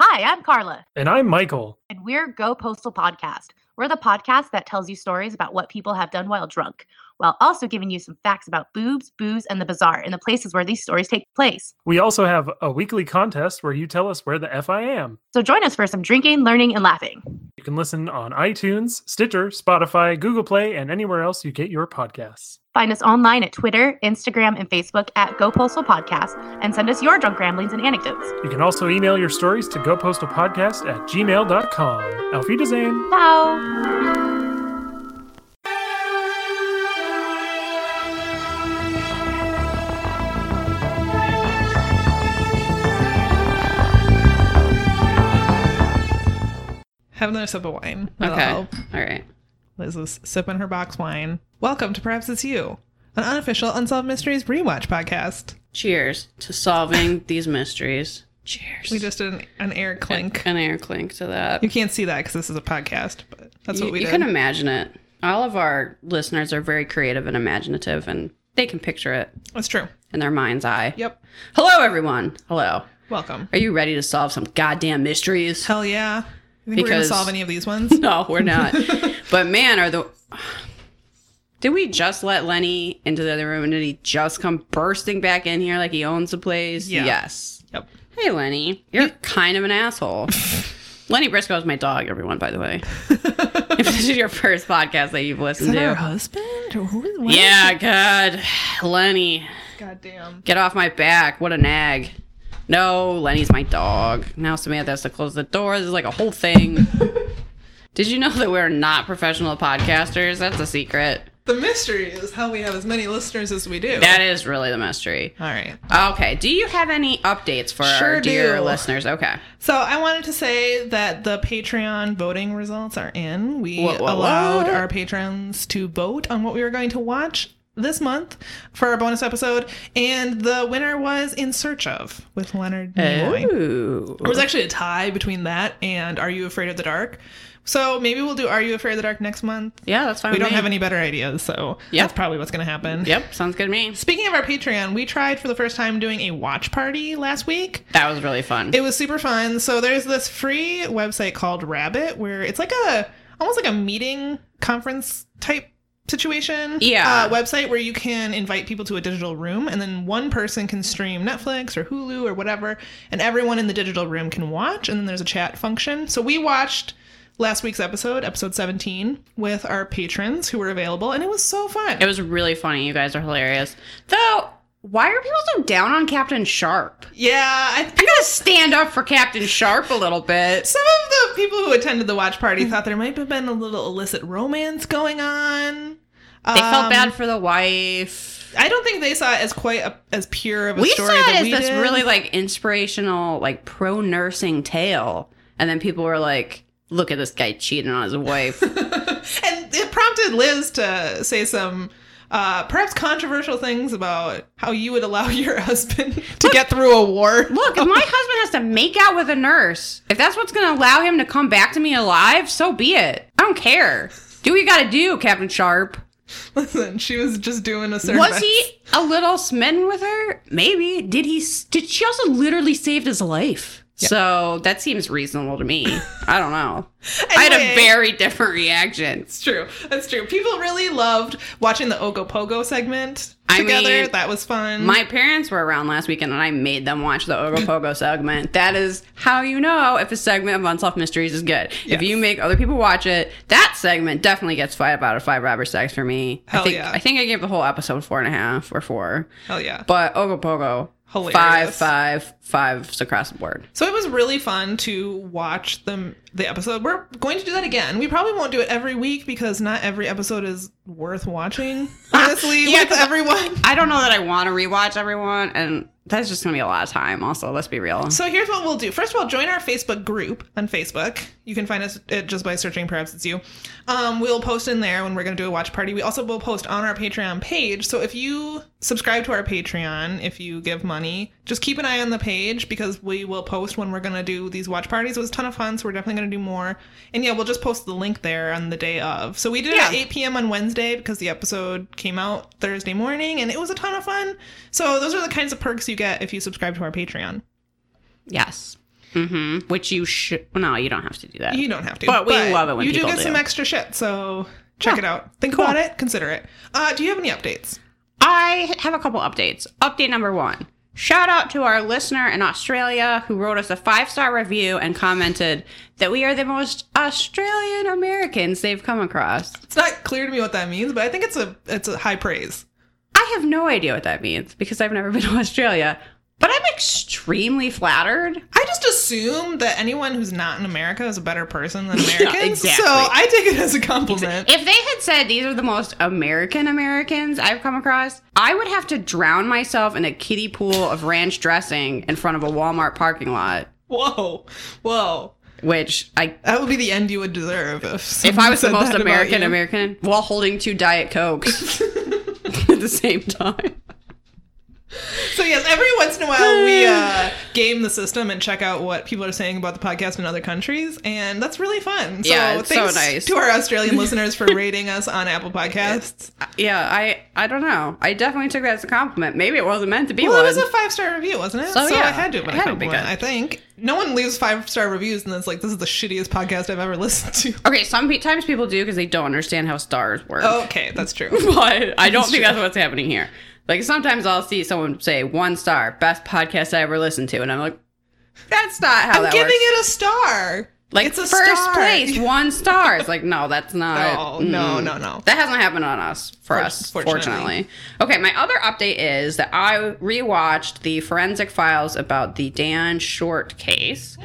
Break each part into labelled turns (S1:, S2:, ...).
S1: Hi, I'm Carla,
S2: And I'm Michael.
S1: and we're Go Postal Podcast. We're the podcast that tells you stories about what people have done while drunk, while also giving you some facts about boobs, booze, and the bazaar and the places where these stories take place.
S2: We also have a weekly contest where you tell us where the F I am.
S1: So join us for some drinking, learning, and laughing.
S2: You can listen on iTunes, Stitcher, Spotify, Google Play, and anywhere else you get your podcasts.
S1: Find us online at Twitter, Instagram, and Facebook at Go Postal Podcast, and send us your drunk ramblings and anecdotes.
S2: You can also email your stories to gopostalpodcast at gmail.com. Auf Wiedersehen.
S1: Ciao.
S3: Have another sip of wine. That'll
S4: Okay.
S3: help.
S4: All right.
S3: Liz was sipping her box wine. Welcome to Perhaps It's You, an unofficial Unsolved Mysteries rewatch podcast.
S4: Cheers to solving these mysteries. Cheers.
S3: We just did an, an air clink.
S4: an air clink to that.
S3: You can't see that because this is a podcast, but that's
S4: You-
S3: what we
S4: you
S3: did.
S4: can imagine it. All of our listeners are very creative and imaginative, and they can picture it
S3: That's true.
S4: in their mind's eye.
S3: Yep.
S4: Hello, everyone. Hello.
S3: Welcome.
S4: Are you ready to solve some goddamn mysteries?
S3: Hell yeah. You think we're going to
S4: Because-
S3: solve any of these ones?
S4: No, we're not. but man, are the. Did we just let Lenny into the other room and did he just come bursting back in here like he owns the place?
S3: Yeah.
S4: Yes.
S3: Yep.
S4: Hey, Lenny. You're kind of an asshole. Lenny Briscoe is my dog, everyone, by the way. if this is your first podcast that you've
S3: Is
S4: listened
S3: that her
S4: to.
S3: husband? Or who is what is
S4: Yeah, God. Lenny,
S3: she- Goddamn.
S4: get off my back. What a nag. No, Lenny's my dog. Now Samantha has to close the door. This is like a whole thing. Did you know that we're not professional podcasters? That's a secret.
S3: The mystery is how we have as many listeners as we do.
S4: That is really the mystery.
S3: All right.
S4: Okay. Do you have any updates for
S3: Sure
S4: our dear
S3: do.
S4: listeners? Okay.
S3: So I wanted to say that the Patreon voting results are in. We
S4: What, what,
S3: allowed
S4: what?
S3: our patrons to vote on what we were going to watch this month for our bonus episode, and the winner was In Search of with Leonard
S4: Oh.
S3: Nimoy.
S4: Ooh.
S3: There was actually a tie between that and Are You Afraid of the Dark. So maybe we'll do Are You Afraid of the Dark next month.
S4: Yeah, that's fine.
S3: We
S4: with
S3: don't
S4: me.
S3: have any better ideas, so
S4: Yep.
S3: that's probably what's going to happen.
S4: Yep, sounds good to me.
S3: Speaking of our Patreon, we tried for the first time doing a watch party last week.
S4: That was really fun.
S3: It was super fun. So there's this free website called Rabbit where it's like a almost like a meeting conference type situation.
S4: Yeah.
S3: Uh, website where you can invite people to a digital room and then one person can stream Netflix or Hulu or whatever and everyone in the digital room can watch and then there's a chat function. So we watched last week's episode, episode 17, with our patrons who were available and it was so fun.
S4: It was really funny. You guys are hilarious. Though, why are people so down on Captain Sharp?
S3: yeah, I
S4: You gotta stand up for Captain Sharp a little bit.
S3: Some of the people who attended the watch party thought there might have been a little illicit romance going on. Um,
S4: They felt bad for the wife.
S3: I don't think they saw it as quite a, as pure of a
S4: We saw
S3: story that
S4: it as
S3: we
S4: this
S3: did.
S4: really like inspirational, like pro nursing tale, and then people were like, "Look at this guy cheating on his wife."
S3: and it prompted Liz to say some uh, perhaps controversial things about how you would allow your husband to get through a war.
S4: Look, if my husband has to make out with a nurse, if that's what's gonna allow him to come back to me alive, so be it. I don't care. Do what you gotta do, Captain Sharp.
S3: Listen, she was just doing a service.
S4: Was he a little smitten with her? Maybe. Did he? s- Did she also literally saved his life? So that seems reasonable to me. I don't know. I had
S3: Anyway.
S4: a very different reaction.
S3: It's true. That's true. People really loved watching the Ogopogo segment
S4: I
S3: together.
S4: mean,
S3: that was fun.
S4: My parents were around last weekend, and I made them watch the Ogopogo segment. That is how you know if a segment of Unsolved Mysteries is good.
S3: Yes.
S4: If you make other people watch it, that segment definitely gets five out of five rubber stacks for me.
S3: Hell
S4: I think
S3: yeah.
S4: I think I gave the whole episode four and a half or four.
S3: Hell yeah.
S4: But oh, Ogopogo,
S3: Hilarious.
S4: five, five, fives across the board.
S3: So it was really fun to watch the the episode. We're going to do that again. We probably won't do it every week because not every episode is worth watching. Honestly,
S4: Ah, Yeah,
S3: with
S4: 'cause-
S3: everyone.
S4: I don't know that I want to rewatch everyone, and that's just gonna be a lot of time. Also, let's be real.
S3: So here's what we'll do. First of all, join our Facebook group on Facebook. You can find us it just by searching Perhaps It's You. Um, we'll post in there when we're going to do a watch party. We also will post on our Patreon page. So if you subscribe to our Patreon, if you give money, just keep an eye on the page because we will post when we're going to do these watch parties. It was a ton of fun, so we're definitely going to do more. And yeah, we'll just post the link there on the day of. So we did it at
S4: Yeah.
S3: 8 p.m. on Wednesday because the episode came out Thursday morning and it was a ton of fun. So those are the kinds of perks you get if you subscribe to our Patreon.
S4: yes. hmm Which you should. No, you don't have to do that.
S3: You don't have to.
S4: But we love it when
S3: you
S4: people
S3: do get
S4: do.
S3: some extra shit. So check
S4: Yeah.
S3: it out. Think
S4: Cool.
S3: about it. Consider it. Uh, do you have any updates?
S4: I have a couple updates. Update number one. Shout out to our listener in Australia who wrote us a five star review and commented that we are the most Australian Americans they've come across.
S3: It's not clear to me what that means, but I think it's a it's a high praise.
S4: I have no idea what that means because I've never been to Australia, but I'm extremely flattered.
S3: I just assume that anyone who's not in America is a better person than Americans.
S4: exactly.
S3: So I take it as a compliment.
S4: If they had said these are the most American Americans I've come across, I would have to drown myself in a kiddie pool of ranch dressing in front of a Walmart parking lot,
S3: Whoa, whoa.
S4: which I
S3: That would be the end you would deserve if
S4: If I was the
S3: someone
S4: most
S3: said that about
S4: American
S3: you.
S4: American while holding two Diet Cokes at the same time.
S3: So yes, every once in a while we uh, game the system and check out what people are saying about the podcast in other countries, and that's really fun. So
S4: Yeah, it's so
S3: thanks
S4: nice.
S3: to our Australian listeners for rating us on Apple Podcasts.
S4: Yeah, I I don't know. I definitely took that as a compliment. Maybe it wasn't meant to be
S3: Well, it
S4: one.
S3: was a five star review, wasn't it?
S4: So, yeah,
S3: it had to have been
S4: it
S3: a
S4: had to be
S3: compliment,
S4: good.
S3: I think. No one leaves five star reviews and then it's like, this is the shittiest podcast I've ever listened to.
S4: okay, sometimes people do because they don't understand how stars work.
S3: Okay, that's true.
S4: But I don't
S3: That's
S4: think
S3: true.
S4: that's what's happening here. Like sometimes I'll see someone say one star, best podcast I ever listened to, and I'm like, that's not how
S3: I'm
S4: that
S3: giving
S4: works.
S3: it a star.
S4: like
S3: it's a
S4: first
S3: star.
S4: place, one star. It's like no, that's
S3: No,
S4: not.
S3: no,
S4: mm.
S3: no, no.
S4: That hasn't happened on us for
S3: For-
S4: us, fortunately.
S3: fortunately.
S4: Okay, my other update is that I rewatched the forensic files about the Dan Short case,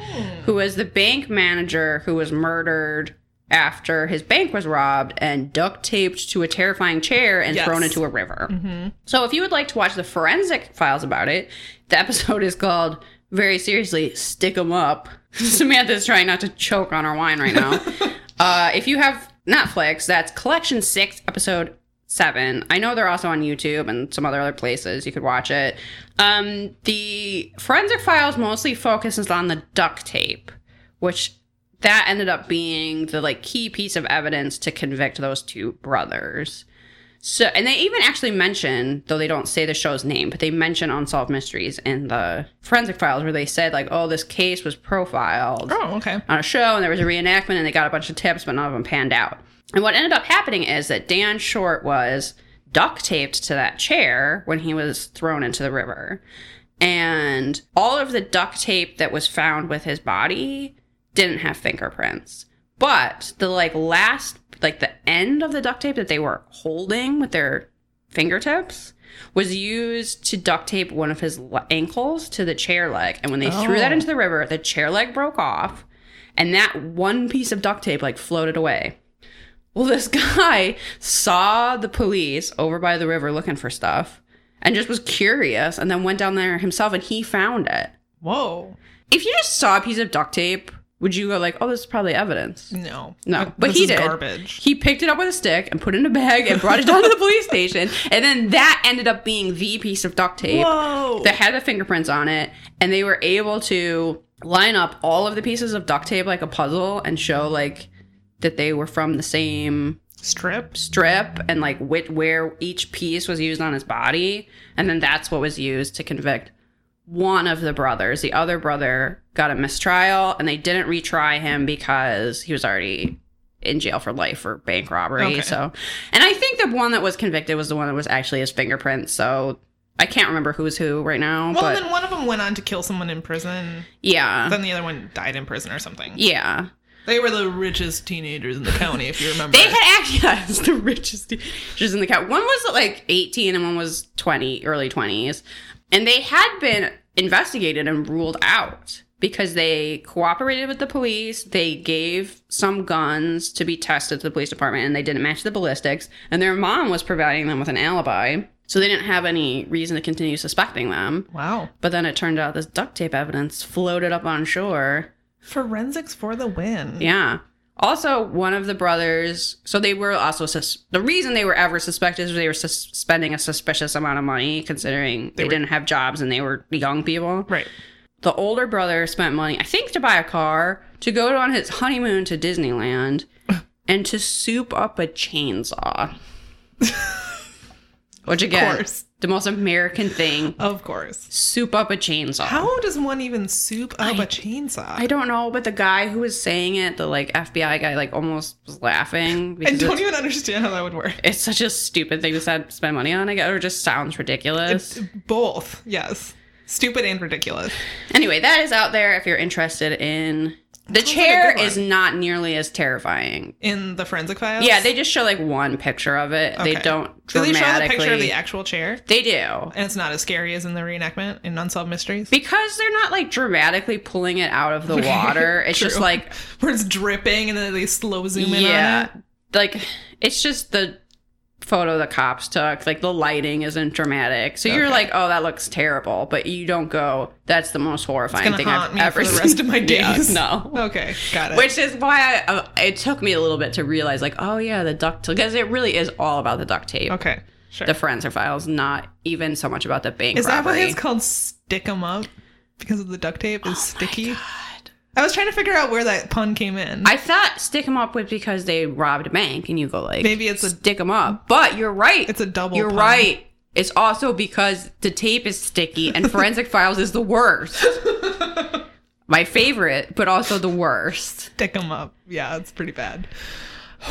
S4: who was the bank manager who was murdered after his bank was robbed and duct taped to a terrifying chair and
S3: Yes.
S4: thrown into a river.
S3: Mhm.
S4: So if you would like to watch the forensic files about it, the episode is called very seriously stick 'em up. Samantha's trying not to choke on her wine right now. uh, if you have Netflix, that's collection six, episode seven. I know they're also on YouTube and some other other places you could watch it. Um, the forensic files mostly focuses on the duct tape, which that ended up being the like key piece of evidence to convict those two brothers. So, and they even actually mention, though they don't say the show's name, but they mention Unsolved Mysteries in the forensic files where they said, like, oh, this case was profiled
S3: Oh, okay.
S4: on a show and there was a reenactment and they got a bunch of tips, but none of them panned out. And what ended up happening is that Dan Short was duct taped to that chair when he was thrown into the river. And all of the duct tape that was found with his body didn't have fingerprints. But the like last like the end of the duct tape that they were holding with their fingertips was used to duct tape one of his le- ankles to the chair leg. And when they threw that
S3: Oh.
S4: into the river, the chair leg broke off and that one piece of duct tape like floated away. Well, this guy saw the police over by the river looking for stuff and just was curious and then went down there himself and he found it.
S3: Whoa.
S4: If you just saw a piece of duct tape, would you go like, "Oh, this is probably evidence"?
S3: No.
S4: No,
S3: Th-
S4: but
S3: this
S4: he
S3: is
S4: did.
S3: garbage.
S4: He picked it up with a stick and put it in a bag and brought it down to the police station, and then that ended up being the piece of duct tape
S3: Whoa.
S4: that had the fingerprints on it, and they were able to line up all of the pieces of duct tape like a puzzle and show like that they were from the same
S3: Strips.
S4: strip and like which, where each piece was used on his body and then that's what was used to convict one of the brothers the other brother got a mistrial and they didn't retry him because he was already in jail for life for bank robbery
S3: Okay.
S4: so and i think the one that was convicted was the one that was actually his fingerprints so i can't remember who's who right now
S3: Well,
S4: but
S3: then one of them went on to kill someone in prison.
S4: yeah
S3: Then the other one died in prison or something.
S4: yeah
S3: They were the richest teenagers in the county, if you remember.
S4: They had actually yeah, it's the richest teachers in the county. One was like 18 and one was 20, early 20s. And they had been investigated and ruled out because they cooperated with the police. They gave some guns to be tested to the police department and they didn't match the ballistics. And their mom was providing them with an alibi. So they didn't have any reason to continue suspecting them.
S3: wow.
S4: But then it turned out this duct tape evidence floated up on shore.
S3: Forensics for the win.
S4: Yeah. Also, one of the brothers, so they were also sus- the reason they were ever suspected is they were sus- spending a suspicious amount of money, considering they,
S3: They were-
S4: didn't have jobs and they were young people.
S3: Right.
S4: The older brother spent money, I think, to buy a car, to go on his honeymoon to Disneyland, and to soup up a chainsaw. Which again,
S3: course.
S4: the most American thing:
S3: Of course.
S4: soup up a chainsaw.
S3: How does one even soup up a chainsaw?
S4: I don't know, but the guy who was saying it, the like FBI guy, like almost was laughing
S3: I
S4: because
S3: don't
S4: it's,
S3: even understand how that would work.
S4: it's such a stupid thing to sa- spend money on. I guess, or just sounds ridiculous.
S3: Both, yes. Stupid and ridiculous.
S4: Anyway, that is out there if you're interested in. The
S3: Sounds like a
S4: chair
S3: good one.
S4: is not nearly as terrifying.
S3: In the forensic files?
S4: Yeah, they just show like one picture of it. They
S3: Okay.
S4: don't
S3: Do they
S4: dramatically.
S3: show the picture of the actual chair?
S4: They do.
S3: And it's not as scary as in the reenactment in Unsolved Mysteries?
S4: Because they're not like dramatically pulling it out of the water. It's just
S3: True.
S4: like
S3: Where it's dripping and then they slow zoom in
S4: yeah.
S3: on it?
S4: Like it's just the photo the cops took. Like the lighting isn't dramatic. So you're
S3: Okay.
S4: like, "Oh, that looks terrible." But you don't go, "That's the most horrifying
S3: gonna
S4: thing
S3: haunt
S4: I've
S3: me
S4: ever
S3: for the
S4: seen."
S3: rest of my
S4: Yeah,
S3: days.
S4: no.
S3: Okay, got it.
S4: Which is why I, uh, it took me a little bit to realize, like, oh yeah, the duct tape, because it really is all about the duct tape.
S3: okay, sure.
S4: The forensic files, not even so much about the bank
S3: Is that
S4: robbery. Oh
S3: why it's called stick 'em up? Because of the duct tape is sticky. I was trying to figure out where that pun came in.
S4: I thought stick 'em up was because they robbed a bank, and you go like,
S3: Maybe it's a-
S4: stick 'em up. But you're right.
S3: it's a double.
S4: You're
S3: pun.
S4: right. It's also because the tape is sticky, and forensic files is the worst. My favorite, but also the worst.
S3: Stick 'em up. Yeah, it's pretty bad.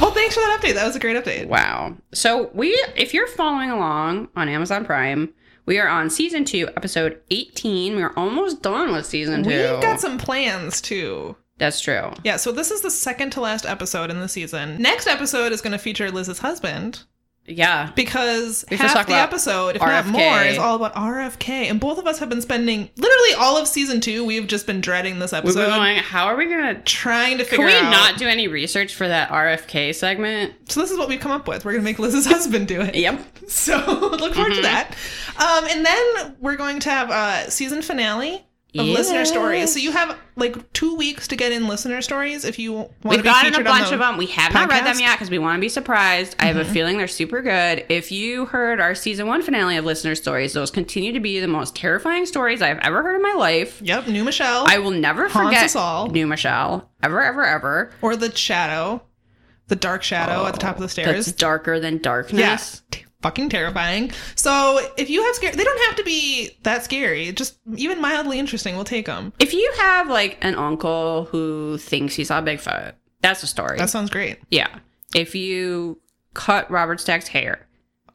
S3: Well, thanks for that update. That was a great update.
S4: Wow. So we if you're following along on Amazon Prime, we are on season 2, episode 18. We're almost done with season 2.
S3: We've got some plans too.
S4: That's true.
S3: Yeah, so this is the second to last episode in the season. Next episode is going to feature Liz's husband
S4: Yeah.
S3: because
S4: We first
S3: half
S4: talked
S3: the
S4: about
S3: episode, if not
S4: RFK.
S3: more, is all about RFK. And both of us have been spending literally all of season two. We've just been dreading this
S4: We've
S3: episode,
S4: been going, how are we going to
S3: trying to
S4: Can
S3: figure
S4: we
S3: out.
S4: not do any research for that RFK segment?
S3: So this is what we've come up with. We're gonna make Liz's husband do it.
S4: Yep.
S3: So look forward to
S4: Mhm.
S3: that. Um, and then we're going to have a season finale of listener
S4: Yes.
S3: stories. So you have like two weeks to get in listener stories if you want to
S4: We've
S3: be
S4: gotten a
S3: featured on
S4: bunch
S3: the-
S4: of them. We have not read them
S3: podcast. Mm-hmm.
S4: yet because we want to be surprised. I have a feeling they're super good. If you heard our season one finale of listener stories, those continue to be the most terrifying stories I've ever heard in my life.
S3: Yep, new Michelle
S4: I will never
S3: Haunts
S4: forget
S3: us all.
S4: New Michelle ever, ever, ever.
S3: or the shadow, the dark shadow at the top of the stairs.
S4: That's darker than darkness.
S3: Yes. Fucking terrifying. So if you have scary, they don't have to be that scary. Just even mildly interesting, we'll take them.
S4: If you have like an uncle who thinks he saw Bigfoot, that's a story.
S3: That sounds great.
S4: yeah. If you cut Robert Stack's hair,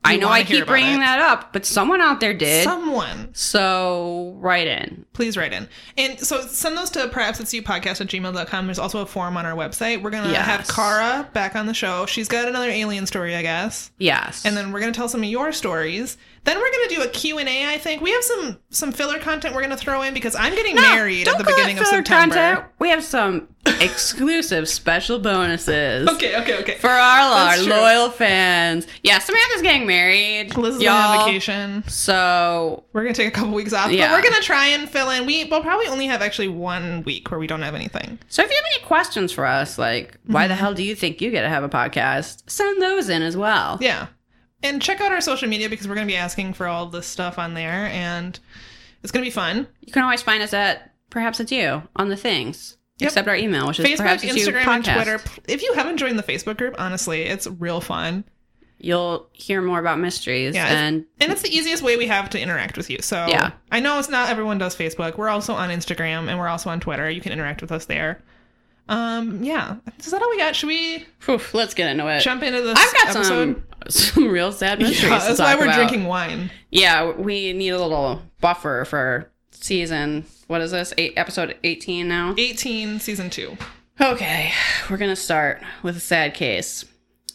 S4: I
S3: We
S4: know
S3: wanna
S4: I
S3: hear
S4: keep
S3: about
S4: bringing
S3: it.
S4: that up, but someone out there did.
S3: Someone
S4: so write in.
S3: please write in. And so send those to perhaps it's you podcast at gmail.com. There's also a form on our website. We're going to
S4: Yes.
S3: have Kara back on the show. She's got another alien story, I guess.
S4: Yes.
S3: And then we're going to tell some of your stories. Then we're going to do a Q&A, I think. We have some some filler content we're going to throw in because I'm getting
S4: No,
S3: married at
S4: Ah, don't
S3: the
S4: call it
S3: beginning of
S4: filler
S3: September.
S4: We have some exclusive special bonuses.
S3: Okay, okay, okay.
S4: For all our
S3: That's true.
S4: loyal fans. Yeah, Samantha's getting married.
S3: Liz is
S4: y'all.
S3: on vacation.
S4: So
S3: We're gonna take a couple weeks off,
S4: Yeah.
S3: but we're gonna try and fill in. We will probably only have actually one week where we don't have anything.
S4: So if you have any questions for us, like why
S3: Mm-hmm.
S4: the hell do you think you get to have a podcast? Send those in as well.
S3: Yeah. And check out our social media because we're going to be asking for all this stuff on there and it's going to be fun.
S4: You can always find us at perhaps it's you on the things.
S3: Yep.
S4: Except our email, which is
S3: Facebook,
S4: perhaps it's you
S3: Instagram, and
S4: podcast.
S3: Twitter. If you haven't joined the Facebook group, honestly, it's real fun.
S4: You'll hear more about mysteries
S3: Yeah, it's-
S4: and
S3: And it's the easiest way we have to interact with you. So
S4: Yeah.
S3: I know it's not everyone does Facebook. We're also on Instagram and we're also on Twitter. You can interact with us there. Um, yeah. Is that all we got? Should we
S4: Phew, let's get into it.
S3: jump into this
S4: Uh, I've got
S3: episode?
S4: some some real sad mysteries.
S3: yeah,
S4: to
S3: that's why
S4: talk
S3: we're
S4: about.
S3: drinking wine.
S4: Yeah, we need a little buffer for season. What is this? Eight episode eighteen now.
S3: 18 season 2.
S4: Okay, we're going to start with a sad case.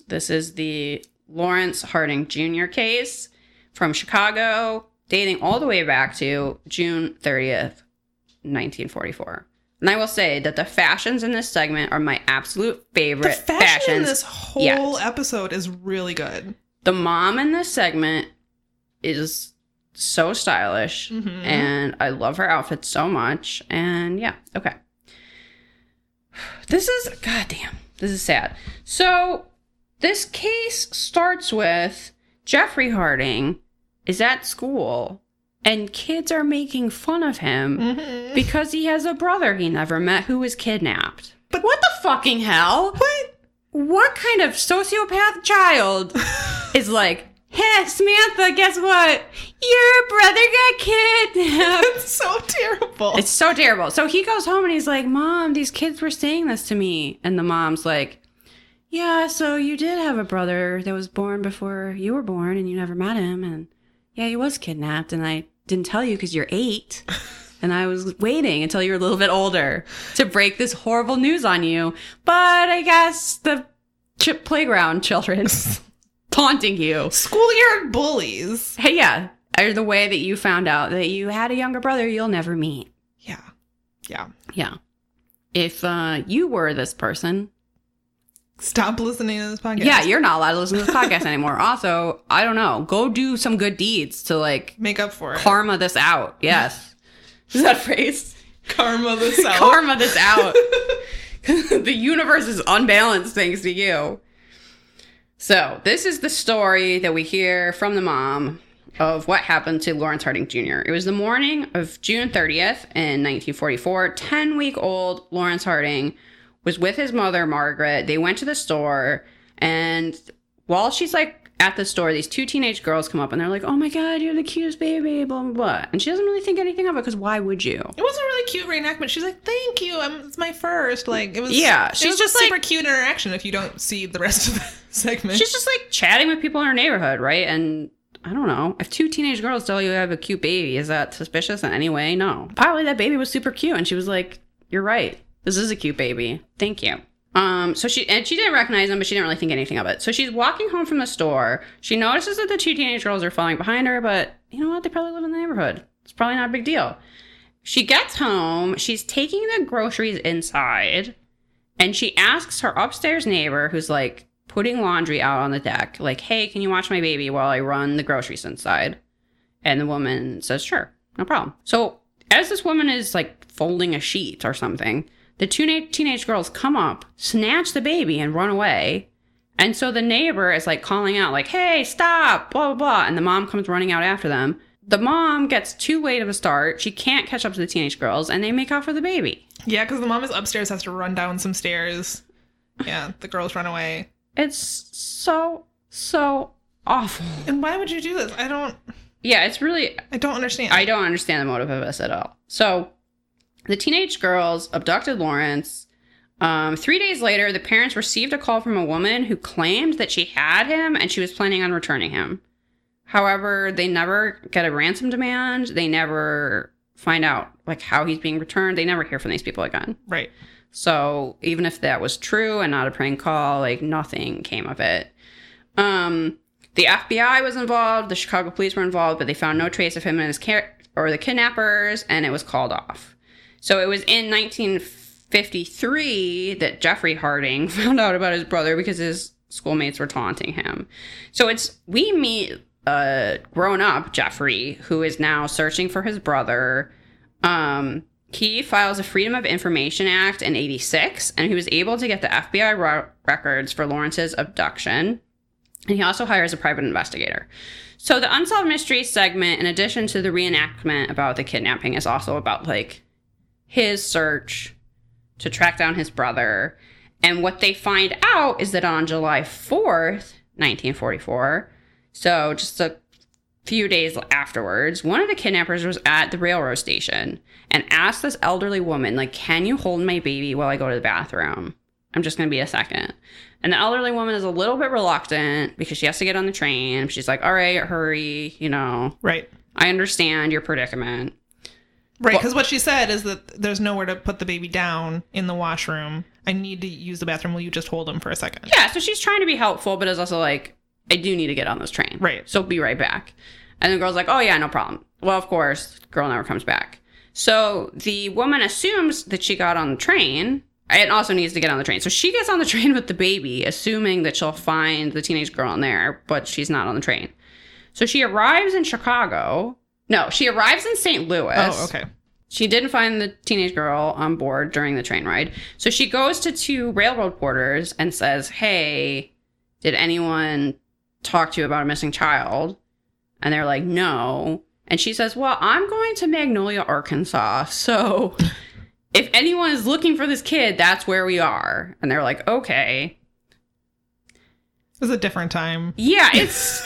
S4: This is the Lawrence Harding Jr. case from Chicago, dating all the way back to June 30th, 1944. And I will say that the fashions in this segment are my absolute
S3: The
S4: favorite
S3: fashion
S4: fashions.
S3: in this whole
S4: yet. episode
S3: episode is really good.
S4: the mom in this segment is so stylish
S3: Mhm.
S4: and I love her outfit so much. And yeah, okay. This is goddamn. This is sad. So this case starts with Jeffrey Harding is at school and kids are making fun of him
S3: Mm.
S4: because he has a brother he never met who was kidnapped. But what the fucking hell?
S3: What?
S4: what kind of sociopath child is like, Hey, Samantha, guess what? Your brother got kidnapped.
S3: It's so terrible.
S4: it's so terrible. So he goes home and he's like, Mom, these kids were saying this to me. And the mom's like, Yeah, so you did have a brother that was born before you were born and you never met him. And yeah, he was kidnapped. And I didn't tell you because you're eight. And I was waiting until you were a little bit older to break this horrible news on you. But I guess the ch- playground children taunting you.
S3: schoolyard bullies.
S4: Hey, yeah. Or the way that you found out that you had a younger brother you'll never meet.
S3: Yeah. Yeah.
S4: Yeah. If uh, you were this person,
S3: Stop listening to this podcast.
S4: yeah, you're not allowed to listen to this podcast anymore. Also, I don't know, go do some good deeds to like
S3: Make up for it.
S4: karma this out. Yes. Is that a phrase?
S3: Karma the self.
S4: Karma this out. the universe is unbalanced thanks to you. So, this is the story that we hear from the mom of what happened to Lawrence Harding Jr. It was the morning of June 30th in 1944. 10 week old Lawrence Harding was with his mother, Margaret. They went to the store, and while she's like at the store, these two teenage girls come up and they're like, Oh my God, you're the cutest baby, blah, blah, blah. And she doesn't really think anything of it because why would you?
S3: It was a really cute reenactment. She's like, "Thank you, I'm, it's my first. Like, it was.
S4: Yeah,
S3: it
S4: she's
S3: was
S4: just
S3: a super
S4: like-
S3: cute interaction. If you don't see the rest of the segment,
S4: She's just like chatting with people in her neighborhood, right? And I don't know. If two teenage girls tell you you have a cute baby, is that suspicious in any way? No. Probably that baby was super cute and she was like, You're right. This is a cute baby. Thank you. Um, so she and she didn't recognize him, but she didn't really think anything of it. So she's walking home from the store. She notices that the two teenage girls are following behind her, but you know what? They probably live in the neighborhood. It's probably not a big deal. She gets home, she's taking the groceries inside, and she asks her upstairs neighbor, who's like putting laundry out on the deck, like, hey, can you watch my baby while I run the groceries inside? And the woman says, sure, no problem. So as this woman is like folding a sheet or something, the two na- teenage girls come up, snatch the baby, and run away. And so the neighbor is like calling out, like, hey, stop, blah, blah, blah. And the mom comes running out after them. The mom gets too late of a start. She can't catch up to the teenage girls, and they make off with the baby.
S3: yeah, because the mom is upstairs, has to run down some stairs. Yeah, the girls run away.
S4: It's so, so awful.
S3: And why would you do this? I don't.
S4: Yeah, it's really,
S3: I don't understand.
S4: I don't understand the motive of this at all. So the teenage girls abducted Lawrence. Um, three days later, the parents received a call from a woman who claimed that she had him and she was planning on returning him. However, they never get a ransom demand. They never find out like how he's being returned. They never hear from these people again.
S3: Right.
S4: So even if that was true and not a prank call, like nothing came of it. Um, the FBI was involved, the Chicago police were involved, but they found no trace of him and his car- or the kidnappers, and it was called off. So it was in 1953 that Jeffrey Harding found out about his brother because his schoolmates were taunting him. So it's we meet a grown up Jeffrey who is now searching for his brother. Um, he files a Freedom of Information Act in 86, and he was able to get the FBI ro- records for Lawrence's abduction. And he also hires a private investigator. So the unsolved mysteries segment, in addition to the reenactment about the kidnapping, is also about like his search to track down his brother. And what they find out is that on July 4th, 1944, so just a few days afterwards, one of the kidnappers was at the railroad station and asked this elderly woman, like, can you hold my baby while I go to the bathroom? I'm just gonna be a second. And the elderly woman is a little bit reluctant because she has to get on the train. She's like, all right, hurry, you know,
S3: Right.
S4: I understand your predicament.
S3: Right.
S4: Well-
S3: Because what she said is that there's nowhere to put the baby down in the washroom. I need to use the bathroom. Will you just hold him for a second?
S4: Yeah, so she's trying to be helpful, but is also like, I do need to get on this train.
S3: Right.
S4: So be right back. And the girl's like, oh, yeah, no problem. Well, of course, girl never comes back. So the woman assumes that she got on the train and also needs to get on the train. So she gets on the train with the baby, assuming that she'll find the teenage girl in there, but she's not on the train. So she arrives in Chicago. No, she arrives in St. Louis.
S3: Oh, okay.
S4: She didn't find the teenage girl on board during the train ride. So she goes to two railroad porters and says, Hey, did anyone talk to you about a missing child? And they're like, No. And she says, Well, I'm going to Magnolia, Arkansas. So if anyone is looking for this kid, that's where we are. And they're like, Okay.
S3: was a different time.
S4: Yeah, it's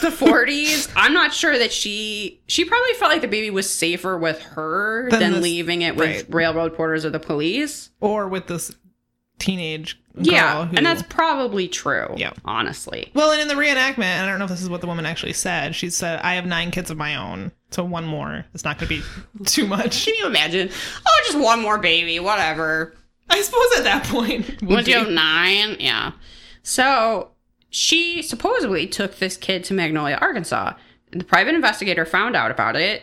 S4: the 40s. I'm not sure that she she probably felt like the baby was safer with her
S3: Than
S4: than,
S3: this-
S4: leaving it with
S3: right.
S4: railroad porters or the police.
S3: Or with this teenage girl
S4: yeah,
S3: who-
S4: and that's probably true.
S3: Yeah.
S4: honestly.
S3: Well, and in the reenactment, and I don't know if this is what the woman actually said. She said, "I have nine kids of my own, so one more is not going to be too much."
S4: Can you imagine? Oh, just one more baby, whatever.
S3: I suppose at that point, would
S4: Once you
S3: be-
S4: have nine, yeah. So she supposedly took this kid to Magnolia, Arkansas. The private investigator found out about it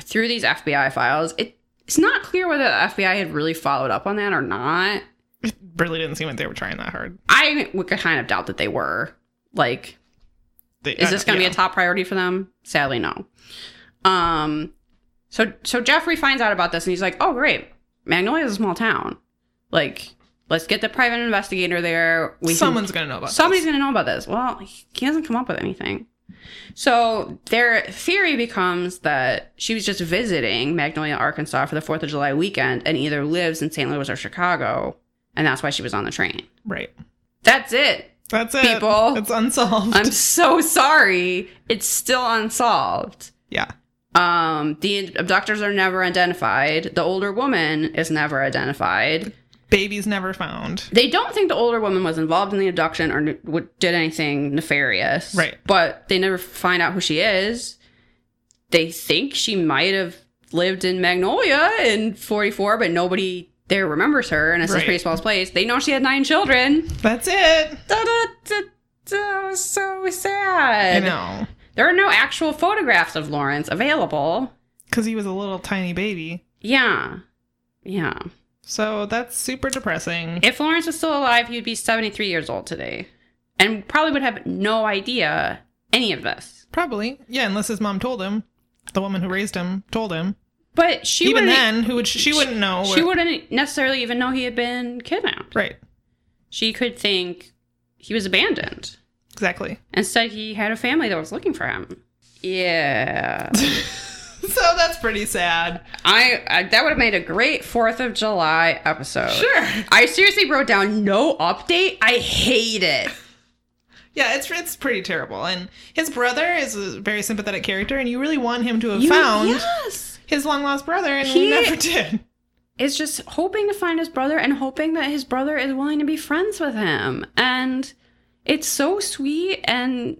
S4: through these FBI files. It it's not clear whether the FBI had really followed up on that or not.
S3: really didn't seem like they were trying that hard.
S4: I would kind of doubt that they were. Like,
S3: They, uh,
S4: is this going to be a top priority for them? Sadly, no. Um, so so Jeffrey finds out about this and he's like, "Oh, great, Magnolia is a small town. Like, let's get the private investigator there. We can-
S3: Someone's going to know about.
S4: somebody's
S3: this.
S4: going to know about this." Well, he doesn't come up with anything. So their theory becomes that she was just visiting Magnolia, Arkansas for the Fourth of July weekend, and either lives in St. Louis or Chicago, and that's why she was on the train.
S3: right.
S4: That's it.
S3: That's it.
S4: People.
S3: it's unsolved.
S4: I'm so sorry. It's still unsolved.
S3: yeah,
S4: Um, the abductors are never identified. The older woman is never identified.
S3: baby's never found.
S4: They don't think the older woman was involved in the abduction or n- would- did anything nefarious.
S3: Right.
S4: But they never find out who she is. They think she might have lived in Magnolia in 44, but nobody there remembers her, and it's
S3: Right.
S4: a pretty small place. They know she had nine children.
S3: That's it.
S4: Da, da, da, da, so
S3: I
S4: sad.
S3: know,
S4: There are no actual photographs of Lawrence available.
S3: because he was a little tiny baby.
S4: Yeah. Yeah.
S3: So that's super depressing.
S4: If Lawrence was still alive, he'd be 73 years old today and probably would have no idea any of this.
S3: Probably, yeah, unless his mom told him. The woman who raised him told him.
S4: But she
S3: Even
S4: wouldn't e-
S3: then, who would e- she wouldn't know?
S4: she wouldn't necessarily even know he had been kidnapped.
S3: Right.
S4: She could think he was abandoned.
S3: Exactly.
S4: Instead, he had a family that was looking for him. Yeah.
S3: So that's pretty sad.
S4: I, I that would have made a great 4th of July episode.
S3: Sure.
S4: I seriously wrote down no update. I hate it.
S3: Yeah, it's it's pretty terrible. And his brother is a very sympathetic character, and you really want him to have
S4: You-
S3: found
S4: Yes.
S3: his long lost brother, and he
S4: He-
S3: never did.
S4: Is just hoping to find his brother and hoping that his brother is willing to be friends with him. And it's so sweet and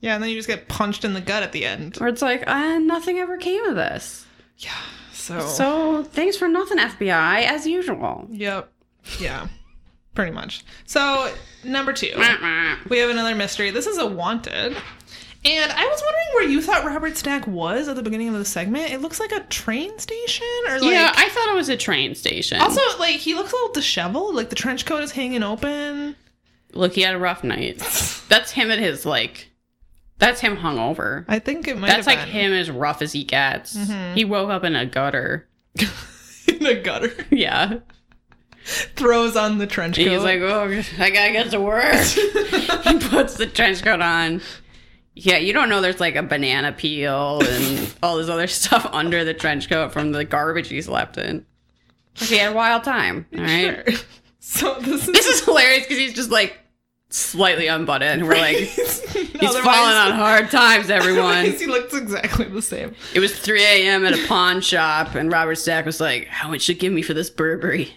S3: Yeah, and then you just get punched in the gut at the end.
S4: where it's like, uh, nothing ever came of this.
S3: Yeah. So.
S4: So thanks for nothing, FBI, as usual.
S3: Yep. Yeah. Pretty much. So number two,
S4: Wah-wah.
S3: we have another mystery. This is a wanted. And I was wondering where you thought Robert Stack was at the beginning of the segment. It looks like a train station, or like
S4: yeah, I thought it was a train station.
S3: also like he looks a little disheveled. Like the trench coat is hanging open.
S4: look, he had a rough night. That's him at his like. That's him hungover.
S3: I think it might. have
S4: That's like
S3: been. Mm-hmm.
S4: him as rough as he gets. He woke up in a gutter.
S3: in the gutter.
S4: Yeah.
S3: Throws on the trench coat.
S4: He's like, oh, I gotta get to work. he puts the trench coat on. Yeah, you don't know there's like a banana peel and all this other stuff under the trench coat from the garbage he slept in. Like, he had a wild time. All right.
S3: sure. So this is
S4: This is hilarious because he's just like slightly unbuttoned. We're like, he's falling on hard times, everyone.
S3: He looks exactly the same.
S4: It was 3 a.m. at a pawn shop, and Robert Stack was like, How much you give me for this Burberry?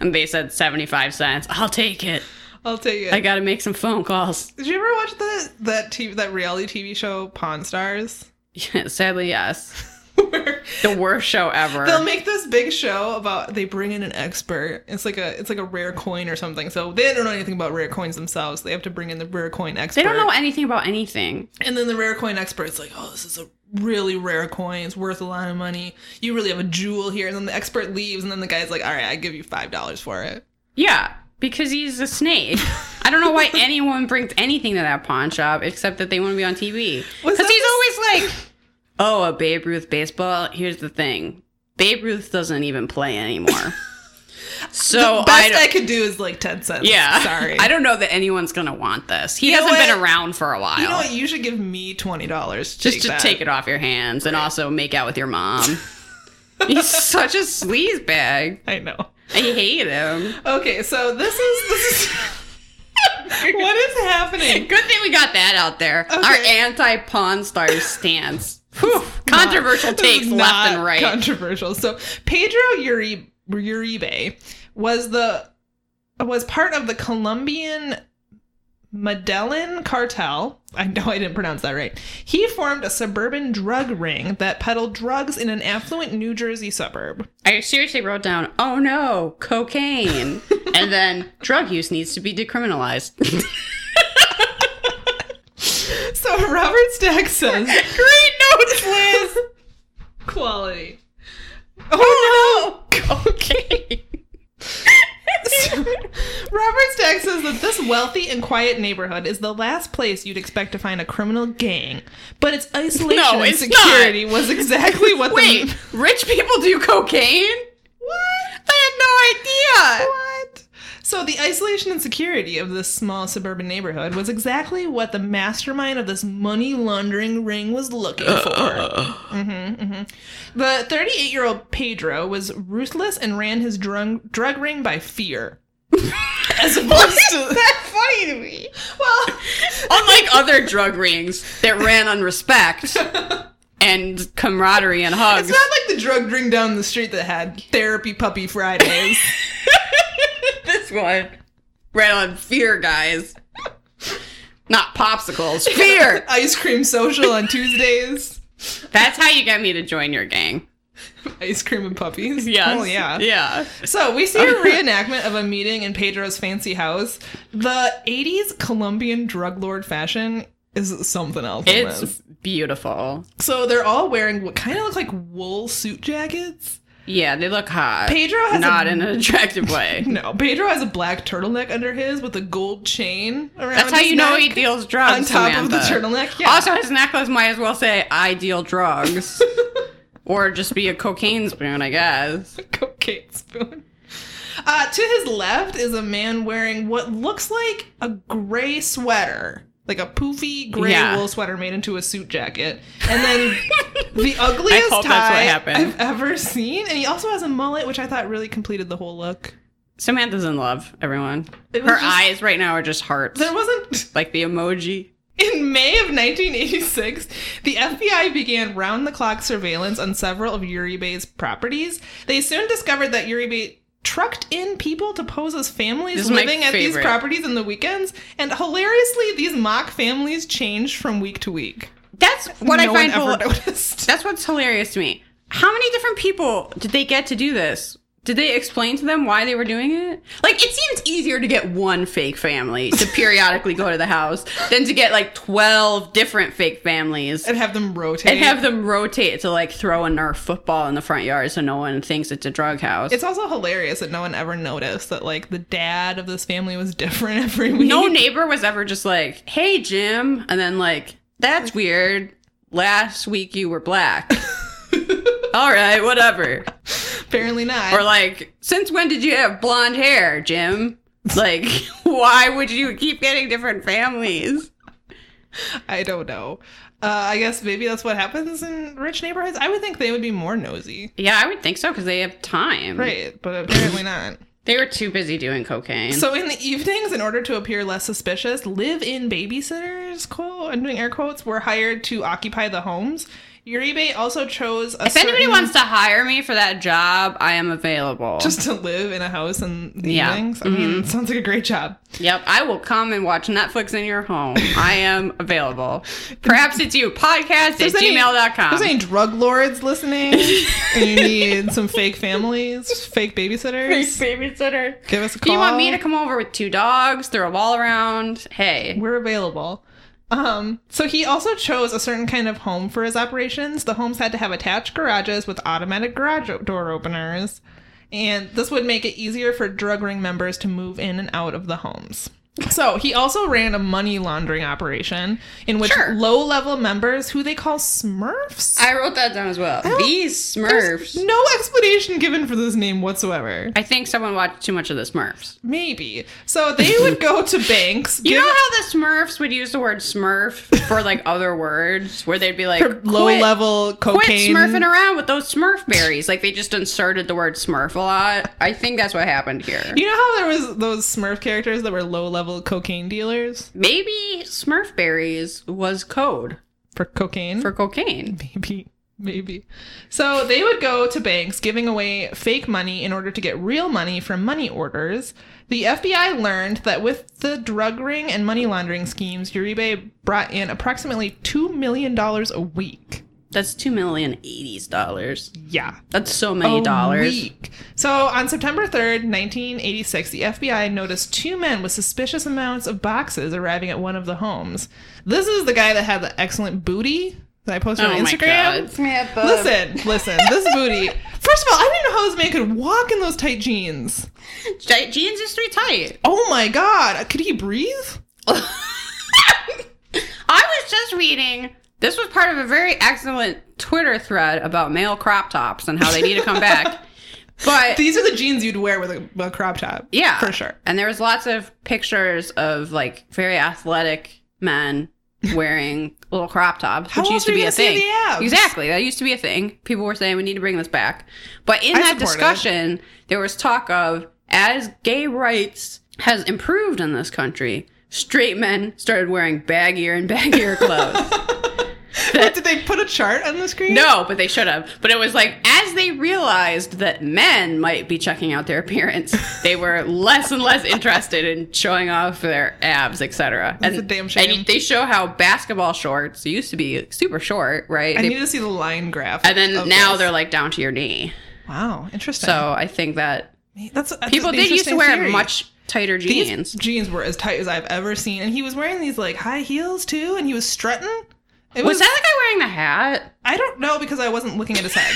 S4: And they said 75 cents. I'll take it.
S3: I'll tell you.
S4: I gotta make some phone calls.
S3: Did you ever watch the that TV, that reality TV show Pawn Stars?
S4: Yeah, Sadly, yes.
S3: Where
S4: The worst show ever.
S3: they'll make this big show about they bring in an expert. It's like a it's like a rare coin or something. So they don't know anything about rare coins themselves. They have to bring in the rare coin expert.
S4: They don't know anything about anything.
S3: And then the rare coin expert's like, oh, this is a really rare coin. It's worth a lot of money. You really have a jewel here. And then the expert leaves, and then the guy's like, all right, I give you $5 for it.
S4: Yeah, because he's a snake. I don't know why anyone brings anything to that pawn shop except that they want to be on TV.
S3: Was
S4: Because
S3: that
S4: he's
S3: this-
S4: always like, oh, a Babe Ruth baseball. Here's the thing Babe Ruth doesn't even play anymore. So Oh, I
S3: Best
S4: don't-
S3: I, could do is like 10 cents.
S4: Yeah.
S3: Sorry.
S4: I don't know that anyone's going to want this. He
S3: You know
S4: hasn't been
S3: what?
S4: around for a while.
S3: You know what? You should give me $20 to
S4: Just
S3: take
S4: to
S3: that.
S4: take it off your hands and also make out with your mom. He's such a sleaze bag.
S3: I know.
S4: I hate him.
S3: Okay, so this is this is What is happening?
S4: Good thing we got that out there. Our
S3: Okay.
S4: anti Pawn Stars stance. Whew, controversial
S3: This is
S4: takes
S3: not
S4: left and right.
S3: Controversial. So Pedro Uri- Uribe was the was part of the Colombian Medellin cartel. I know I didn't pronounce that right. He formed a suburban drug ring that peddled drugs in an affluent New Jersey suburb.
S4: I seriously wrote down, oh no, cocaine. and then drug use needs to be decriminalized.
S3: So Robert Stack says
S4: Great notes, Liz!
S3: quality. Oh no!
S4: Cocaine.
S3: Robert Stack says that this wealthy and quiet neighborhood is the last place you'd expect to find a criminal gang, but its isolation
S4: No,
S3: and
S4: it's
S3: security was exactly what
S4: Wait,
S3: the
S4: rich people do cocaine?
S3: what
S4: I had no idea.
S3: what. So the isolation and security of this small suburban neighborhood was exactly what the mastermind of this money laundering ring was looking for. hmm hmm The 38-year-old Pedro was ruthless and ran his drug drug ring by fear. As opposed to
S4: That's funny to me.
S3: well,
S4: Unlike other drug rings that ran on respect and camaraderie and
S3: It's
S4: hugs.
S3: not like the drug ring down the street that had therapy puppy Fridays.
S4: this one ran on fear, guys. Not popsicles. Fear!
S3: Ice cream social on Tuesdays.
S4: That's how you get me to join your gang.
S3: Ice cream and puppies.
S4: Yes.
S3: Oh, yeah.
S4: Yeah.
S3: So we see a reenactment of a meeting in Pedro's fancy house. The 80s Colombian drug lord fashion is something else. in this.
S4: It's beautiful.
S3: So they're all wearing what kind of look like wool suit jackets.
S4: Yeah, they look hot.
S3: Pedro has
S4: Not
S3: a,
S4: in an attractive way.
S3: No, Pedro has a black turtleneck under his with a gold chain around
S4: That's how
S3: his
S4: you know
S3: neck
S4: he deals drugs.
S3: on top of the
S4: Samantha.
S3: turtleneck. Yeah.
S4: Also, his necklace might as well say "I deal drugs," or just be a cocaine spoon, I guess.
S3: cocaine spoon. Uh, to his left is a man wearing what looks like a gray sweater, like a poofy gray
S4: Yeah.
S3: wool sweater made into a suit jacket, and then the ugliest
S4: I hope
S3: tie
S4: that's what happened.
S3: I've ever seen. And he also has a mullet, which I thought really completed the whole look.
S4: Samantha's in love, everyone.
S3: It was
S4: Her
S3: just-
S4: eyes right now are just hearts,
S3: There wasn't.
S4: like the emoji.
S3: In May of 1986, the FBI began round the clock surveillance on several of Uribe's properties. They soon discovered that Uribe trucked in people to pose as families
S4: This is my
S3: living at these
S4: favorite.
S3: properties on the weekends, and hilariously, these mock families changed from week to week.
S4: That's what I
S3: No
S4: find.
S3: one
S4: hila-
S3: ever noticed.
S4: That's what's hilarious to me. How many different people did they get to do this? Did they explain to them why they were doing it? Like, it seems easier to get one fake family to periodically go to the house than to get like 12 different fake families
S3: And have them rotate.
S4: and have them rotate to like throw a Nerf football in the front yard so no one thinks it's a drug house.
S3: it's also hilarious that no one ever noticed that like the dad of this family was different every week.
S4: no neighbor was ever just like, "Hey Jim," and then like, "That's weird. Last week you were black." All right, whatever.
S3: apparently not.
S4: Or like, "Since when did you have blonde hair, Jim?" Like, why would you keep getting different families?
S3: I don't know. Uh, I guess maybe that's what happens in rich neighborhoods. I would think they would be more nosy.
S4: Yeah, I would think so because they have time.
S3: Right, but apparently not.
S4: They were too busy doing cocaine.
S3: So in the evenings, in order to appear less suspicious, live-in babysitters, quote, I'm doing air quotes, were hired to occupy the homes. Uribe also chose a
S4: if anybody
S3: certain-
S4: wants to hire me for that job, I am available.
S3: just to live in a house in the
S4: Yeah. Mm-hmm.
S3: evenings. I mean, sounds like a great job.
S4: Yep, I will come and watch Netflix in your home. I am available. Perhaps it's you. Podcast at
S3: There's any- If
S4: gmail.com.
S3: there's any drug lords listening, and you need some fake families, fake babysitters,
S4: babysitter.
S3: give us a call.
S4: Do you want me to come over with two dogs, throw a ball around? Hey.
S3: We're available. Um, so he also chose a certain kind of home for his operations. The homes had to have attached garages with automatic garage o- door openers, and this would make it easier for drug ring members to move in and out of the homes. So he also ran a money laundering operation in which
S4: Sure.
S3: low-level members, who they call Smurfs,
S4: I wrote that down as well. These
S3: There's
S4: Smurfs.
S3: no explanation given for this name whatsoever.
S4: I think someone watched too much of the Smurfs.
S3: Maybe so they would go to banks.
S4: You
S3: give-
S4: know how the Smurfs would use the word Smurf for like other words where they'd be like,
S3: for low-level
S4: Quit
S3: cocaine.
S4: smurfing around with those Smurf berries. Like they just inserted the word Smurf a lot. I think that's what happened here.
S3: You know how there was those Smurf characters that were low level level cocaine dealers
S4: Maybe Smurfberries was code
S3: for cocaine.
S4: for cocaine.
S3: maybe, maybe. So they would go to banks giving away fake money in order to get real money from money orders. The FBI learned that with the drug ring and money laundering schemes, Uribe brought in approximately $2 million a week.
S4: That's two million eighties dollars.
S3: Yeah.
S4: That's so many
S3: a
S4: dollars.
S3: Week. So on September 3rd, 1986, the FBI noticed two men with suspicious amounts of boxes arriving at one of the homes. This is the guy that had the excellent booty that I posted
S4: Oh
S3: on
S4: my
S3: Instagram.
S4: god. Yeah, but-
S3: Listen, listen, this booty. First of all, I didn't know how this man could walk in those tight jeans.
S4: Je- jeans is three tight.
S3: Oh my god, could he breathe?
S4: I was just reading. This was part of a very excellent Twitter thread about male crop tops and how they need to come back. But
S3: These are the jeans you'd wear with a, a crop top.
S4: yeah,
S3: for sure.
S4: And there was lots of pictures of like very athletic men wearing little crop tops,
S3: How
S4: which
S3: else
S4: used to
S3: are you
S4: be a
S3: gonna see
S4: thing.
S3: the abs?
S4: Exactly, that used to be a thing. People were saying we need to bring this back. But in
S3: I
S4: that
S3: support it.
S4: discussion, there was talk of as gay rights has improved in this country, straight men started wearing baggier and baggier clothes.
S3: What, did they put a chart on the screen?
S4: No, but they should have. But it was like as they realized that men might be checking out their appearance, they were less and less interested in showing off their abs, etc.
S3: That's
S4: and,
S3: a damn shame.
S4: And they show how basketball shorts used to be super short, right?
S3: I
S4: They-
S3: need to see the line graph.
S4: and then
S3: of
S4: now
S3: this.
S4: they're like down to your knee.
S3: wow, interesting.
S4: So I think that
S3: That's, that's
S4: people
S3: an
S4: did used to
S3: interesting
S4: wear
S3: theory.
S4: much tighter
S3: These
S4: jeans.
S3: jeans were as tight as I've ever seen, and he was wearing these like high heels too, and he was strutting. It
S4: was, that the guy wearing the hat?
S3: I don't know because I wasn't looking at his head.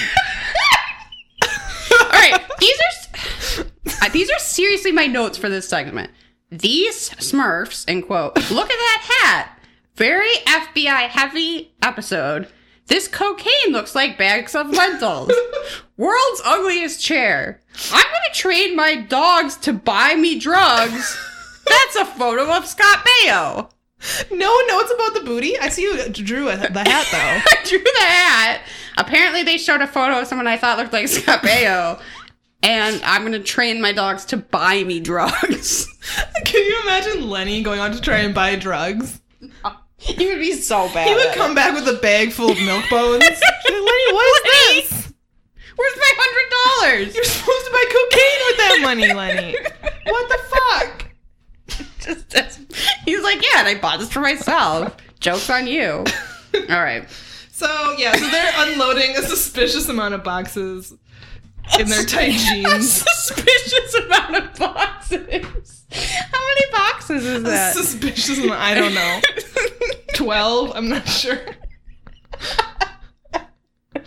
S4: All right, these are s- uh, these are seriously my notes for this segment. These Smurfs, end quote. Look at that hat. Very FBI heavy episode. This cocaine looks like bags of lentils. World's ugliest chair. I'm gonna trade my dogs to buy me drugs. That's a photo of Scott Mayo.
S3: no one knows about the booty. I see you drew a, the hat though.
S4: I drew the hat. Apparently, they showed a photo of someone I thought looked like Scott Baio. And I'm gonna train my dogs to buy me drugs.
S3: Can you imagine Lenny going out to try and buy drugs?
S4: he would be so bad.
S3: He would come back with a bag full of milk bones. Lenny, what is this?
S4: Where's my hundred dollars?
S3: You're supposed to buy cocaine with that money, Lenny. What the fuck?
S4: Just that's, he's like, yeah, and I bought this for myself. Jokes on you. All right.
S3: So yeah, so they're unloading a suspicious amount of boxes in their tight
S4: A
S3: jeans.
S4: suspicious amount of boxes. How many boxes is that?
S3: Suspicious amount. I don't know. Twelve? I'm not sure. I mean, it was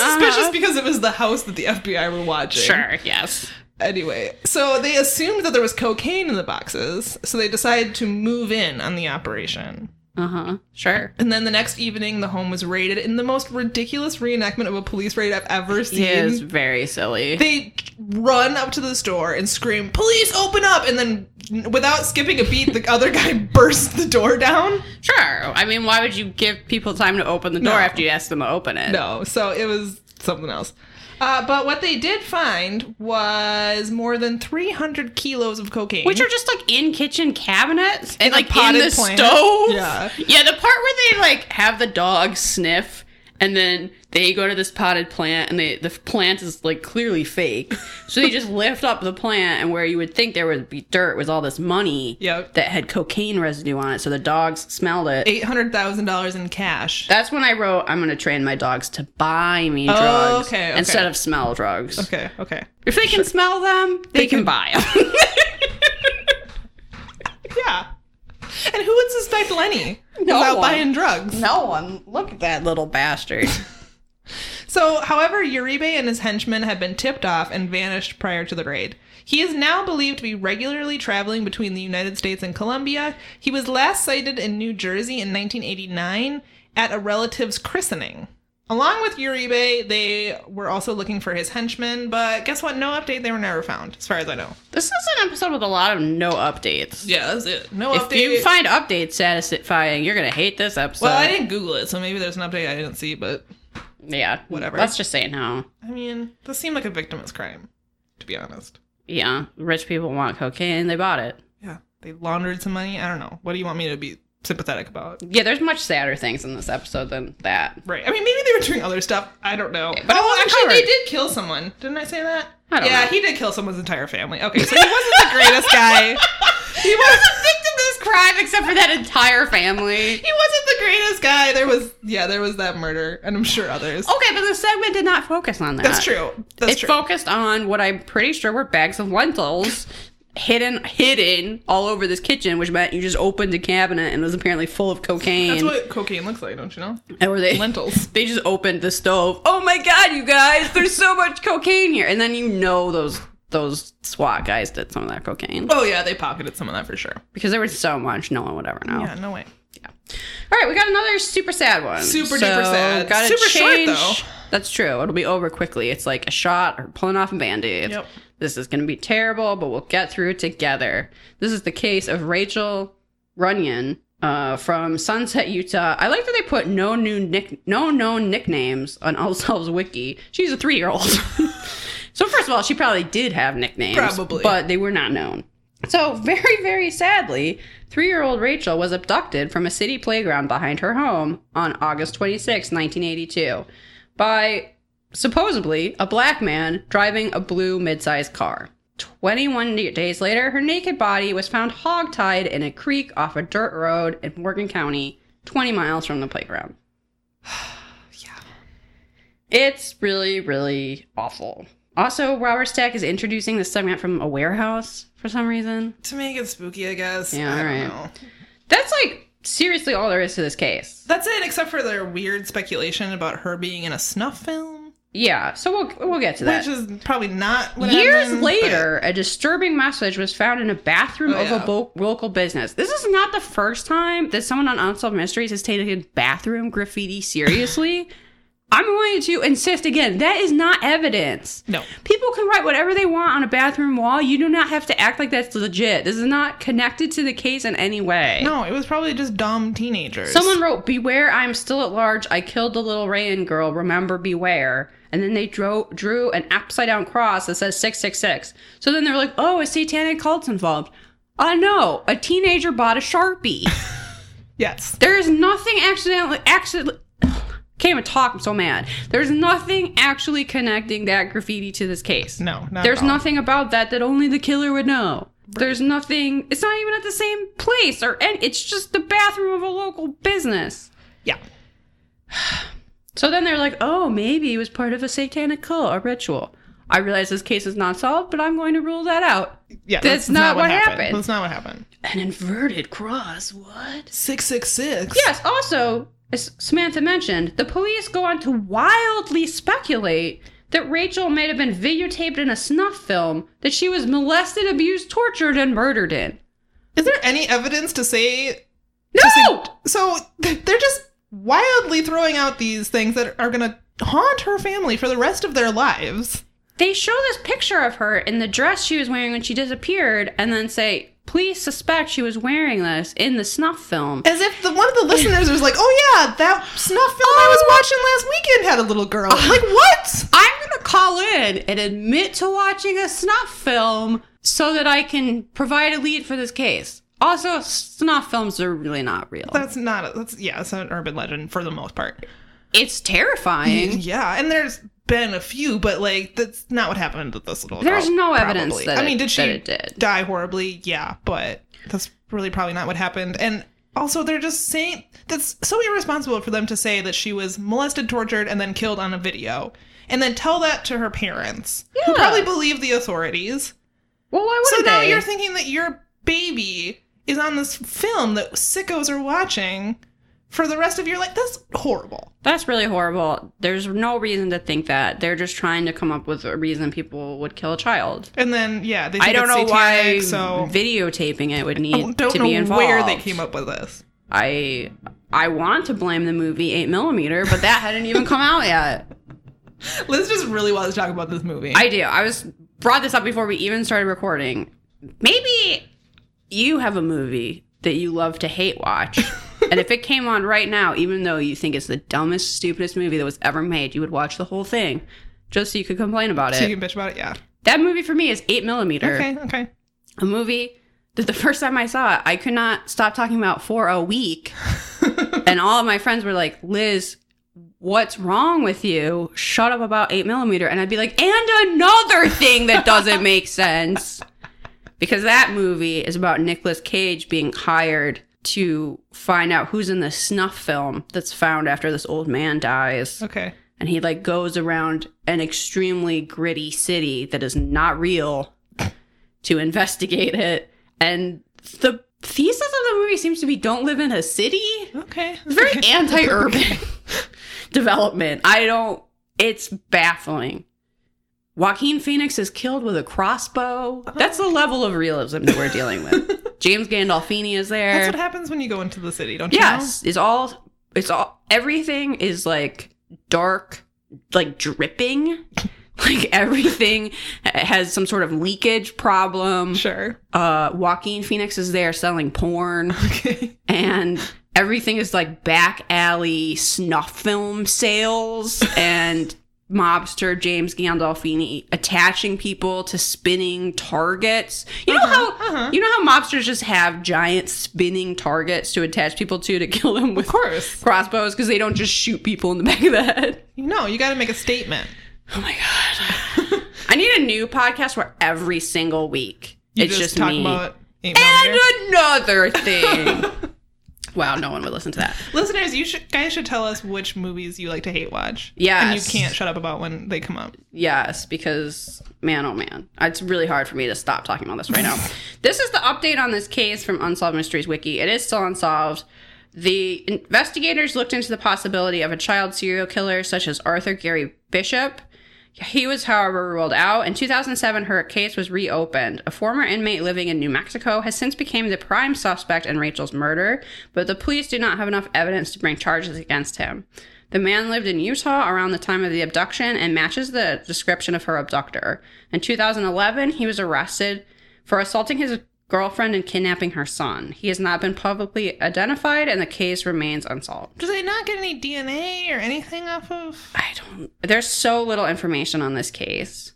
S3: only suspicious
S4: Uh-huh.
S3: because it was the house that the FBI were watching.
S4: sure. Yes.
S3: Anyway, so they assumed that there was cocaine in the boxes, so they decided to move in on the operation.
S4: Uh huh. Sure.
S3: And then the next evening, the home was raided in the most ridiculous reenactment of a police raid I've ever seen.
S4: He is very silly.
S3: they run up to the store and scream, "Police, open up!" And then, without skipping a beat, the other guy bursts the door down.
S4: Sure. I mean, why would you give people time to open the door
S3: No.
S4: after you ask them to open it?
S3: No, so it was something else. Uh, but what they did find was more than 300 kilos of cocaine.
S4: Which are just like in kitchen cabinets and
S3: like,
S4: like in the
S3: potted plants.
S4: stove.
S3: Yeah.
S4: Yeah, the part where they like have the dog sniff and then they go to this potted plant and they the plant is like clearly fake. So they just lift up the plant and where you would think there would be dirt was all this money
S3: Yep.
S4: that had cocaine residue on it. So the dogs smelled it.
S3: $800,000 in cash.
S4: That's when I wrote, I'm going to train my dogs to buy me
S3: Oh,
S4: drugs
S3: okay, okay.
S4: instead of smell drugs.
S3: Okay, okay.
S4: If they can smell them, they, can, buy them.
S3: Yeah. And who would suspect Lenny
S4: No
S3: without
S4: one.
S3: buying drugs?
S4: no one. Look at that little bastard.
S3: So, however, Uribe and his henchmen had been tipped off and vanished prior to the raid. He is now believed to be regularly traveling between the United States and Colombia. He was last sighted in New Jersey in 1989 at a relative's christening. Along with Uribe, they were also looking for his henchmen, but guess what? No update. They were never found, as far as I know.
S4: This is an episode with a lot of no updates.
S3: Yeah, that's it. No
S4: if
S3: update.
S4: you find updates satisfying, you're going to hate this episode.
S3: well, I didn't Google it, so maybe there's an update I didn't see, but
S4: Yeah.
S3: Whatever.
S4: Let's just say no.
S3: I mean, this seemed like a victimless crime, to be honest.
S4: Yeah. Rich people want cocaine and they bought it.
S3: Yeah. they laundered some money. I don't know. What do you want me to be sympathetic about?
S4: Yeah, there's much sadder things in this episode than that.
S3: Right. I mean, maybe they were doing other stuff. I don't know.
S4: But it
S3: oh,
S4: wasn't
S3: actually, they
S4: covered.
S3: did kill someone. Didn't I say that?
S4: I don't
S3: yeah,
S4: know.
S3: he did kill someone's entire family. Okay, so he wasn't the greatest guy. He was.
S4: a victim of this crime except for that entire family.
S3: He wasn't the greatest guy. There was, yeah, there was that murder, and I'm sure others.
S4: Okay, but the segment did not focus on that.
S3: that's true. That's
S4: it
S3: true.
S4: focused on what I'm pretty sure were bags of lentils hidden hidden all over this kitchen, which meant you just opened a cabinet and it was apparently full of
S3: That's
S4: cocaine.
S3: what cocaine looks like, don't you know?
S4: and were they
S3: Lentils.
S4: they just opened the stove. Oh my god, you guys, there's so much cocaine here. And then you know those those SWAT guys did some of that cocaine.
S3: Oh yeah, they pocketed some of that for sure.
S4: Because there was so much no one would ever know.
S3: Yeah, no way.
S4: All right, we got another super sad one.
S3: Super duper sad.
S4: Gotta
S3: Super short,
S4: change.
S3: though.
S4: That's true. It'll be over quickly. It's like a shot or pulling off a band-aid.
S3: Yep.
S4: This is gonna be terrible, but we'll get through it together. This is the case of Rachel Runyon uh, from Sunset, Utah. I like that they put no new nick, no known nicknames on Allselves Wiki. She's a three-year-old. so first of all, she probably did have nicknames,
S3: Probably.
S4: but they were not known. So, very, very sadly, three year old Rachel was abducted from a city playground behind her home on August 26, 1982, by supposedly a black man driving a blue midsize car. 21 da- days later, her naked body was found hogtied in a creek off a dirt road in Morgan County, 20 miles from the playground.
S3: Yeah.
S4: It's really, really awful. Also, Robert Stack is introducing this segment from a warehouse for some reason.
S3: To make it spooky, I guess.
S4: Yeah,
S3: I
S4: alright.
S3: don't know.
S4: That's like seriously all there is to this case.
S3: That's it, except for their weird speculation about her being in a snuff film,
S4: Yeah, so we'll we'll get to that.
S3: which is probably not what
S4: Years
S3: happened,
S4: later, a disturbing message was found in a bathroom
S3: Oh,
S4: of
S3: yeah.
S4: a bo- local business. This is not the first time that someone on Unsolved Mysteries has taken bathroom graffiti seriously. I'm going to insist again that is not evidence.
S3: but- No.
S4: People can write whatever they want on a bathroom wall. You do not have to act like that's legit. This is not connected to the case in any way.
S3: No, it was probably just dumb teenagers.
S4: Someone wrote, "Beware, I'm still at large. I killed the little Rayan girl. Remember, beware." And then they drew drew an upside down cross that says six six six. So then they're like, "Oh, a satanic cult's involved." Uh, no, a teenager bought a sharpie.
S3: Yes.
S4: there is nothing accidentally accidentally. Can't even talk. I'm so mad. There's nothing actually connecting that graffiti to this case.
S3: No, not
S4: There's
S3: at all.
S4: nothing about that that only the killer would know. There's nothing. It's not even at the same place or and it's just the bathroom of a local business.
S3: Yeah.
S4: So then they're like, "Oh, maybe it was part of a satanic cult or ritual." I realize this case is not solved, but I'm going to rule that out.
S3: Yeah.
S4: That's not what happened.
S3: That's not what happened.
S4: An inverted cross? What?
S3: 666.
S4: Yes, also, as Samantha mentioned, the police go on to wildly speculate that Rachel may have been videotaped in a snuff film that she was molested, abused, tortured, and murdered in.
S3: Is there any evidence to say
S4: No!
S3: so th- they're just wildly throwing out these things that are going to haunt her family for the rest of their lives.
S4: They show this picture of her in the dress she was wearing when she disappeared and then say, please suspect she was wearing this in the snuff film.
S3: As if the one of the listeners was like, "Oh yeah, that snuff film I
S4: Oh.
S3: was watching last weekend had a little girl." like what?
S4: I'm going to call in and admit to watching a snuff film so that I can provide a lead for this case. Also, snuff films are really not real.
S3: That's not. A, that's yeah. It's an urban legend for the most part.
S4: it's terrifying.
S3: Yeah, and there's been a few, but like that's not what happened to this little.
S4: There's
S3: girl,
S4: no evidence
S3: probably.
S4: that
S3: I mean,
S4: it-
S3: did she
S4: that it did.
S3: die horribly? Yeah, but that's really probably not what happened. And also, they're just saying that's so irresponsible for them to say that she was molested, tortured, and then killed on a video, and then tell that to her parents, who
S4: Yeah.
S3: probably believe the authorities.
S4: Well, why
S3: So
S4: would
S3: now
S4: they?
S3: you're thinking that your baby is on this film that sickos are watching for the rest of your life. That's horrible.
S4: That's really horrible. There's no reason to think that. They're just trying to come up with a reason people would kill a child.
S3: And then yeah, they think
S4: I don't know
S3: it's
S4: why
S3: satanic, So
S4: videotaping it would
S3: I
S4: need
S3: don't
S4: to
S3: know
S4: be involved.
S3: where they came up with this.
S4: I I want to blame the movie Eight Millimeter, but that hadn't even come out yet.
S3: Liz just really wants to talk about this movie.
S4: I do. I was brought this up before we even started recording. Maybe you have a movie that you love to hate watch. and if it came on right now, even though you think it's the dumbest, stupidest movie that was ever made, you would watch the whole thing just so you could complain about
S3: so
S4: it.
S3: you can bitch about it. Yeah.
S4: that movie for me is 8 millimeter.
S3: Okay. Okay.
S4: A movie that the first time I saw it, I could not stop talking about for a week. and all of my friends were like, Liz, what's wrong with you? Shut up about 8 millimeter. And I'd be like, and another thing that doesn't make sense. Because that movie is about Nicolas Cage being hired to find out who's in the snuff film that's found after this old man dies
S3: Okay.
S4: and he like goes around an extremely gritty city that is not real to investigate it and the thesis of the movie seems to be don't live in a city
S3: Okay.
S4: it's very anti-urban development i don't it's baffling joaquin phoenix is killed with a crossbow
S3: Oh.
S4: that's the level of realism that we're dealing with james gandolfini is there
S3: That's what happens when you go into the city, don't you?
S4: Yes, it's all it's all everything is like dark, like dripping. Like everything has some sort of leakage problem.
S3: Know? Sure.
S4: Uh Joaquin Phoenix is there selling porn
S3: Okay.
S4: and everything is like back alley snuff film sales and mobster James Gandolfini attaching people to spinning targets. You know how
S3: Uh-huh.
S4: you know how mobsters just have giant spinning targets to attach people to to kill them with
S3: Of course.
S4: crossbows because they don't just shoot people in the back of the head.
S3: No, you got to make a statement.
S4: Oh my god! I need a new podcast where every single week
S3: You
S4: it's just,
S3: talk
S4: me
S3: about eight
S4: and
S3: millimeter.
S4: another thing. wow, no one would listen to that.
S3: Listeners, you should, guys should tell us which movies you like to hate watch. And you
S4: Yes.
S3: can't shut up about when they come up.
S4: Yes, because man, oh man, it's really hard for me to stop talking about this right now. this is the update on this case from Unsolved Mysteries Wiki. It is still unsolved. The investigators looked into the possibility of a child serial killer such as Arthur Gary Bishop. He was, however, ruled out. In 2007, her case was reopened. A former inmate living in New Mexico has since become the prime suspect in Rachel's murder, but the police do not have enough evidence to bring charges against him. The man lived in Utah around the time of the abduction and matches the description of her abductor. In 2011, he was arrested for assaulting his girlfriend and kidnapping her son. He has not been publicly identified, and the case remains unsolved.
S3: Do they not get any DNA or anything off of?
S4: I don't. There's so little information on this case.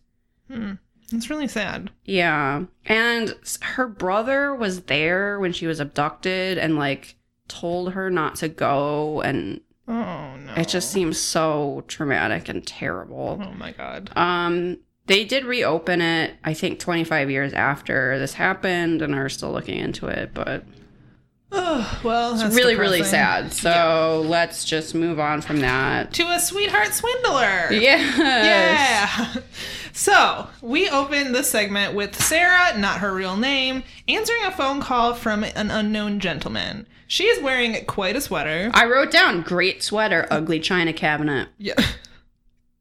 S3: Hmm. It's really sad.
S4: Yeah. And s- her brother was there when she was abducted and like told her not to go and
S3: Oh no.
S4: it just seems so traumatic and terrible.
S3: Oh my god.
S4: Um they did reopen it I think 25 years after this happened and are still looking into it, but
S3: Oh, well,
S4: it's
S3: that's
S4: really really
S3: depressing.
S4: sad. So let's just move on from that.
S3: To a sweetheart swindler.
S4: Yeah.
S3: Yeah. So we open this segment with Sarah, not her real name, answering a phone call from an unknown gentleman. She is wearing quite a sweater.
S4: I wrote down great sweater, ugly china cabinet.
S3: Yeah.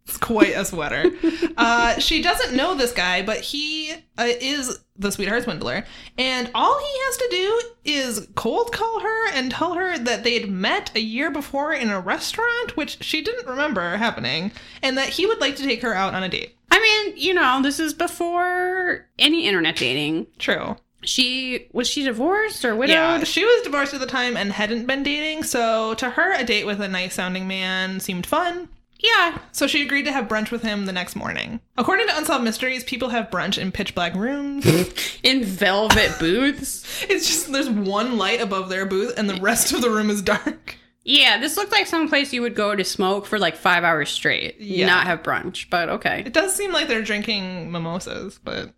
S3: It's quite a sweater. uh, she doesn't know this guy, but he uh, is the sweetheart swindler. And all he has to do is cold call her and tell her that they'd met a year before in a restaurant, which she didn't remember happening, and that he would like to take her out on a date.
S4: I mean, you know, this is before any internet dating.
S3: True.
S4: She was she divorced or widowed?
S3: Yeah, she was divorced at the time and hadn't been dating, so to her, a date with a nice sounding man seemed fun.
S4: Yeah.
S3: So she agreed to have brunch with him the next morning. According to Unsolved Mysteries, people have brunch in pitch black rooms.
S4: In velvet booths.
S3: It's just there's one light above their booth and the rest of the room is dark.
S4: Yeah, this looked like some place you would go to smoke for like five hours straight.
S3: Yeah.
S4: Not have brunch, but okay.
S3: It does seem like they're drinking mimosas, but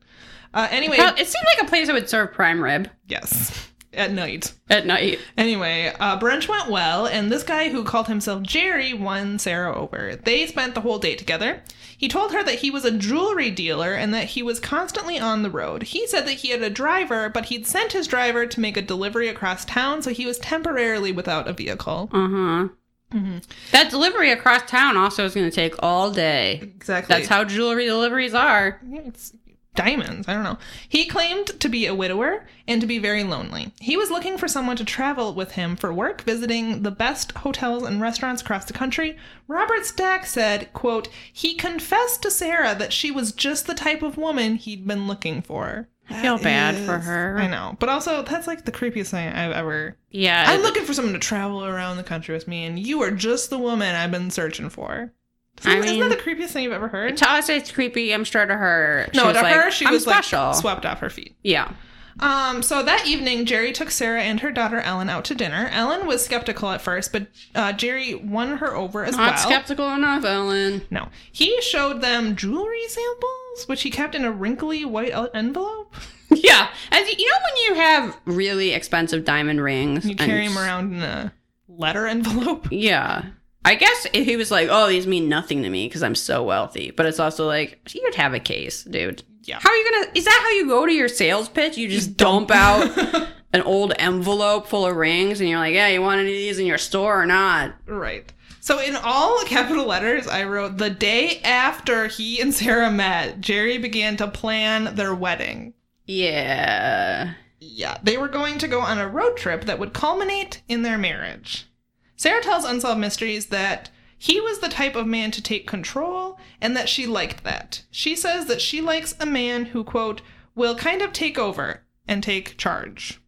S3: uh, anyway,
S4: Well, it seemed like a place that would serve prime rib
S3: yes, at night.
S4: at night.
S3: Anyway, uh, brunch went well, and this guy who called himself Jerry won Sarah over. They spent the whole date together. He told her that he was a jewelry dealer and that he was constantly on the road. He said that he had a driver, but he'd sent his driver to make a delivery across town, so he was temporarily without a vehicle.
S4: Uh huh.
S3: Mm-hmm.
S4: That delivery across town also is going to take all day.
S3: Exactly.
S4: That's how jewelry deliveries are.
S3: Yeah, it's diamonds. I don't know. He claimed to be a widower and to be very lonely. He was looking for someone to travel with him for work, visiting the best hotels and restaurants across the country. Robert Stack said, quote, he confessed to Sarah that she was just the type of woman he'd been looking for.
S4: I feel
S3: That
S4: bad for
S3: is-
S4: her.
S3: I know. But also, that's like the creepiest thing I've ever.
S4: Yeah.
S3: I'm looking for someone to travel around the country with me, and you are just the woman I've been searching for. Isn't,
S4: I
S3: isn't that
S4: mean-
S3: the creepiest thing you've ever heard?
S4: to us, it's creepy. I'm sure to her, she
S3: No,
S4: was
S3: to
S4: like,
S3: her, she
S4: I'm
S3: was
S4: special.
S3: like swept off her feet.
S4: yeah.
S3: Um, so that evening, Jerry took Sarah and her daughter Ellen out to dinner. Ellen was skeptical at first, but uh, Jerry won her over as
S4: Not
S3: well.
S4: skeptical enough, Ellen.
S3: no, he showed them jewelry samples, which he kept in a wrinkly white el- envelope.
S4: yeah. As you, you know, when you have really expensive diamond rings,
S3: You
S4: and-
S3: carry him around in a letter envelope.
S4: Yeah. I guess if he was like, oh, these mean nothing to me because I'm so wealthy. But it's also like, you'd have a case, dude.
S3: Yeah.
S4: How are you going to? Is that how you go to your sales pitch? You just dump out an old envelope full of rings and you're like, yeah, you want any of these in your store or not?
S3: Right. So in all capital letters, I wrote the day after he and Sarah met, Jerry began to plan their wedding.
S4: Yeah.
S3: Yeah, they were going to go on a road trip that would culminate in their marriage. Sarah tells Unsolved Mysteries that he was the type of man to take control and that she liked that. She says that she likes a man who, quote, will kind of take over and take charge.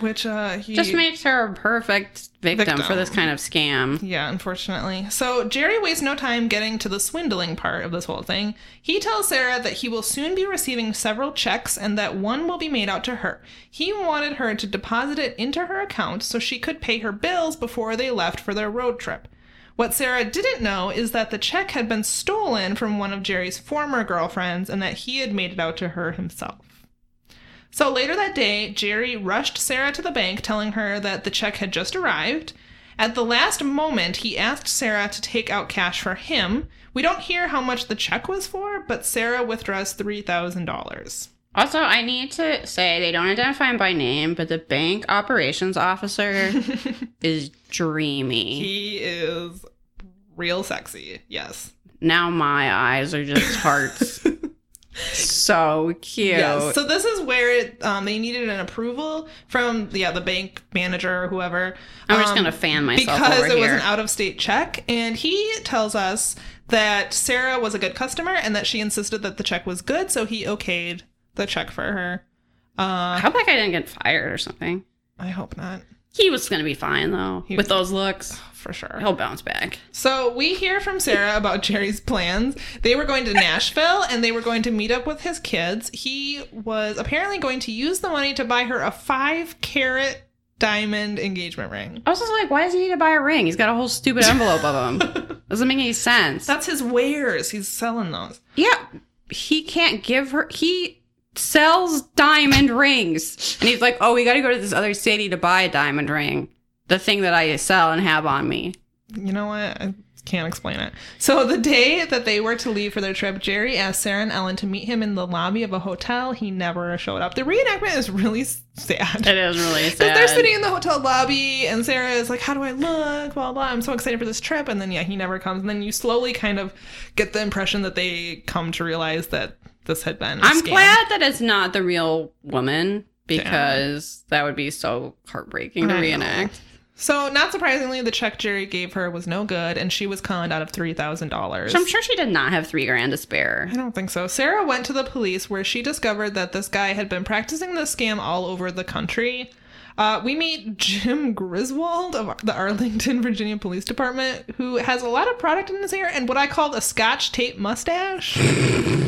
S3: Which, uh, he.
S4: just makes her a perfect victim,
S3: Victim.
S4: for this kind of scam.
S3: Yeah, unfortunately. So Jerry wastes no time getting to the swindling part of this whole thing. He tells Sarah that he will soon be receiving several checks and that one will be made out to her. He wanted her to deposit it into her account so she could pay her bills before they left for their road trip. What Sarah didn't know is that the check had been stolen from one of Jerry's former girlfriends and that he had made it out to her himself. So later that day, Jerry rushed Sarah to the bank, telling her that the check had just arrived. At the last moment, he asked Sarah to take out cash for him. We don't hear how much the check was for, but Sarah withdraws $3,000.
S4: Also, I need to say they don't identify him by name, but the bank operations officer is dreamy.
S3: He is real sexy. Yes.
S4: now my eyes are just hearts. so cute.
S3: Yes. So this is where it, um, they needed an approval from yeah the bank manager or whoever.
S4: I'm just
S3: um,
S4: gonna fan myself
S3: because
S4: over
S3: it was
S4: here.
S3: an out of state check, and he tells us that Sarah was a good customer and that she insisted that the check was good, so he okayed the check for her.
S4: I
S3: Uh,
S4: hope like I didn't get fired or something.
S3: I hope not
S4: He was gonna be fine though.
S3: He- Oh,
S4: with those looks,
S3: for sure.
S4: he'll bounce back.
S3: So we hear from Sarah about Jerry's plans. They were going to Nashville and they were going to meet up with his kids. He was apparently going to use the money to buy her a five carat diamond engagement ring.
S4: I was just like, why does he need to buy a ring? He's got a whole stupid envelope of them. Doesn't make any sense.
S3: That's his wares. He's selling those.
S4: yeah, he can't give her. He sells diamond rings, and he's like, oh, we got to go to this other city to buy a diamond ring, the thing that I sell and have on me.
S3: You know what? I can't explain it. So the day that they were to leave for their trip, Jerry asked Sarah and Ellen to meet him in the lobby of a hotel. He never showed up. The reenactment is really sad.
S4: It is really
S3: Because
S4: sad.
S3: they're sitting in the hotel lobby, and Sarah is like, "How do I look?" Blah blah. I'm so excited for this trip, and then yeah, he never comes. And then you slowly kind of get the impression that they come to realize that this had been. i
S4: I'm glad that it's not the real woman because that would be so heartbreaking to
S3: I know.
S4: reenact.
S3: So not surprisingly, the check Jerry gave her was no good, and she was conned out of three thousand dollars.
S4: So I'm sure she did not have three grand to spare.
S3: I don't think so. Sarah went to the police where she discovered that this guy had been practicing the scam all over the country. Uh, we meet Jim Griswold of the Arlington, Virginia Police Department, who has a lot of product in his hair and what I called a scotch tape mustache.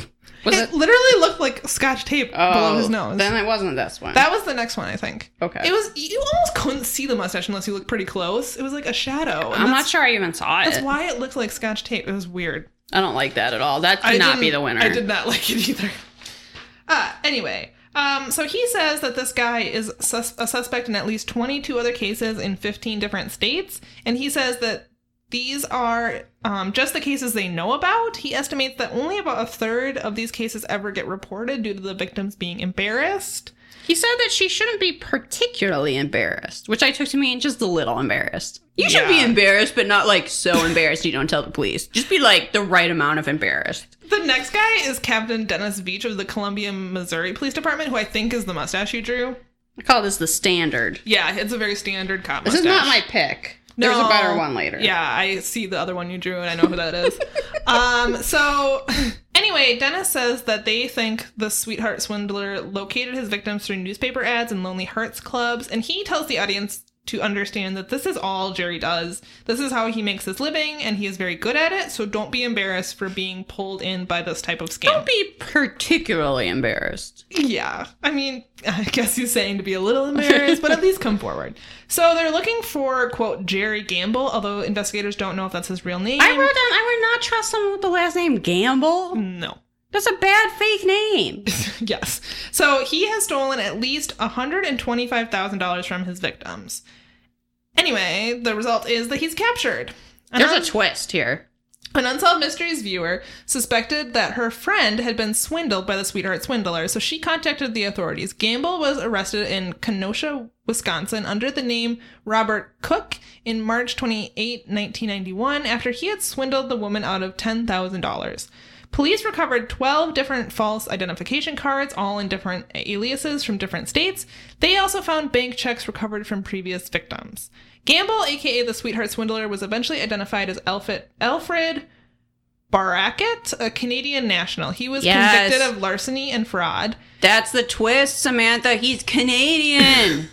S4: Was
S3: it
S4: it?
S3: literally looked like scotch tape below his nose.
S4: Oh, Then it wasn't this one.
S3: that was the next one, I think.
S4: okay.
S3: It was you almost couldn't see the mustache unless you looked pretty close. It was like a shadow. and
S4: I'm not
S3: that's-
S4: sure I even saw
S3: That's
S4: it.
S3: why it looked like scotch tape. It was weird.
S4: I don't like that at all. That could
S3: I
S4: not
S3: didn't-
S4: be the winner.
S3: I did not like it either. Uh, anyway, um, so he says that this guy is sus- a suspect in at least 22 other cases in 15 different states, and he says that these are um, just the cases they know about. He estimates that only about a third of these cases ever get reported due to the victims being embarrassed.
S4: He said that she shouldn't be particularly embarrassed, which I took to mean just a little embarrassed. You should be
S3: Yeah.
S4: embarrassed, but not like so embarrassed you don't tell the police. Just be like the right amount of embarrassed.
S3: The next guy is Captain Dennis Veach of the Columbia, Missouri Police Department, who I think is the mustache you drew.
S4: I call this the standard.
S3: Yeah, it's a very standard cop
S4: This
S3: mustache.
S4: is not my pick. There's a better one later.
S3: Yeah, I see the other one you drew, and I know who that is. um, so anyway, Dennis says that they think the sweetheart swindler located his victims through newspaper ads and Lonely Hearts clubs, and he tells the audience to understand that this is all Jerry does. This is how he makes his living, and he is very good at it. So don't be embarrassed for being pulled in by this type of scam.
S4: Don't be particularly embarrassed.
S3: Yeah. I mean, I guess he's saying to be a little embarrassed, but at least come forward. So they're looking for, quote, Jerry Gamble, although investigators don't know if that's his real name.
S4: I wrote down I would not trust someone with the last name Gamble.
S3: no.
S4: That's a bad fake name.
S3: yes. So he has stolen at least $125,000 from his victims. Anyway, the result is that he's captured. An
S4: There's a
S3: un-
S4: twist here.
S3: an Unsolved Mysteries viewer suspected that her friend had been swindled by the sweetheart swindler, so she contacted the authorities. Gamble was arrested in Kenosha, Wisconsin, under the name Robert Cook in March 28, 1991, after he had swindled the woman out of $10,000. Police recovered 12 different false identification cards, all in different aliases from different states. They also found bank checks recovered from previous victims. Gamble, aka the Sweetheart Swindler, was eventually identified as Alfred, Alfred Barackett, a Canadian national. He was
S4: Yes.
S3: convicted of larceny and fraud.
S4: That's the twist, Samantha. He's Canadian.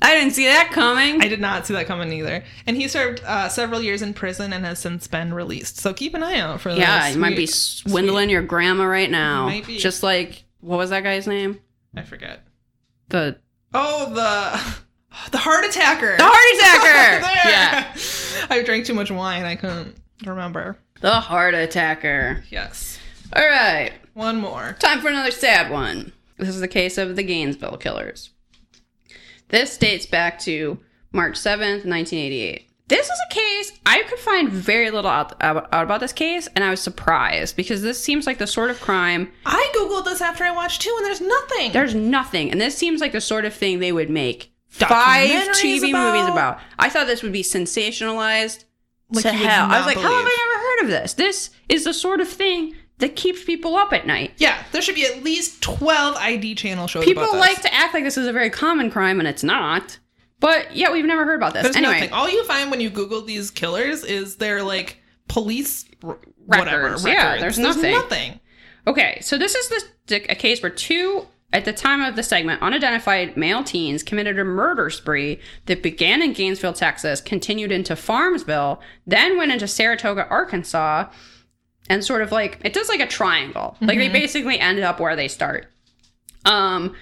S4: I didn't see that coming.
S3: I did not see that coming either. And he served uh, several years in prison and has since been released. So keep an eye out for
S4: yeah,
S3: this.
S4: you might be
S3: We-
S4: swindling your grandma right now.
S3: Might be.
S4: Just like what was that guy's name?
S3: I forget.
S4: The
S3: Oh, the the heart attacker.
S4: the heart attacker.
S3: there.
S4: yeah,
S3: I drank too much wine. I couldn't remember.
S4: the heart attacker.
S3: Yes.
S4: All right,
S3: One more.
S4: time for another sad one. This is the case of the Gainesville killers. This dates back to March seventh, nineteen eighty-eight. This is a case I could find very little out, out about this case, and I was surprised because this seems like the sort of crime
S3: I googled this after I watched two, and there's nothing.
S4: There's nothing. And this seems like the sort of thing they would make five
S3: Documentaries
S4: TV
S3: about.
S4: movies about. I thought this would be sensationalized
S3: Like
S4: to
S3: you would
S4: hell. I
S3: not
S4: was like, how have
S3: believe.
S4: I never heard of this? This is the sort of thing that keeps people up at night.
S3: yeah, there should be at least twelve ID channel shows.
S4: People
S3: about this.
S4: like to act like this is a very common crime, and it's not. But yeah, we've never heard about this.
S3: There's
S4: anyway,
S3: nothing. All you find when you Google these killers is their like police r- whatever
S4: Records. Yeah, there's nothing.
S3: nothing.
S4: Okay, so this is the, the, a case where two, at the time of the segment, unidentified male teens committed a murder spree that began in Gainesville, Texas, continued into Farmsville, then went into Saratoga, Arkansas, and sort of like it does like a triangle. Like they basically ended up where they start. Um,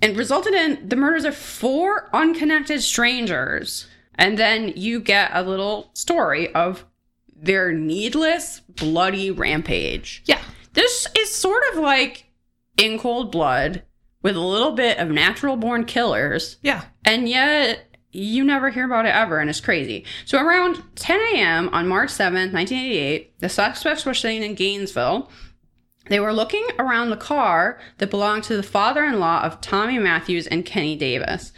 S4: and resulted in the murders of four unconnected strangers. And then you get a little story of their needless, bloody rampage.
S3: Yeah,
S4: This is sort of like in cold blood with a little bit of natural born killers,
S3: yeah.
S4: and yet you never hear about it ever, and it's crazy. So, around 10 a.m. on March 7th, 1988, the suspects were sitting in Gainesville. They were looking around the car that belonged to the father in law of Tommy Matthews and Kenny Davis.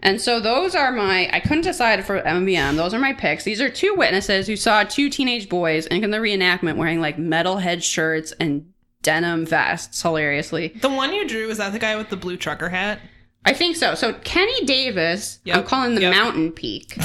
S4: And so those are my, I couldn't decide for MVM. Those are my picks. These are two witnesses who saw two teenage boys in the reenactment wearing like metalhead shirts and denim vests, hilariously.
S3: The one you drew is that the guy with the blue trucker hat.
S4: I think so. So Kenny Davis, I'm
S3: Yep,
S4: calling the
S3: yep.
S4: mountain peak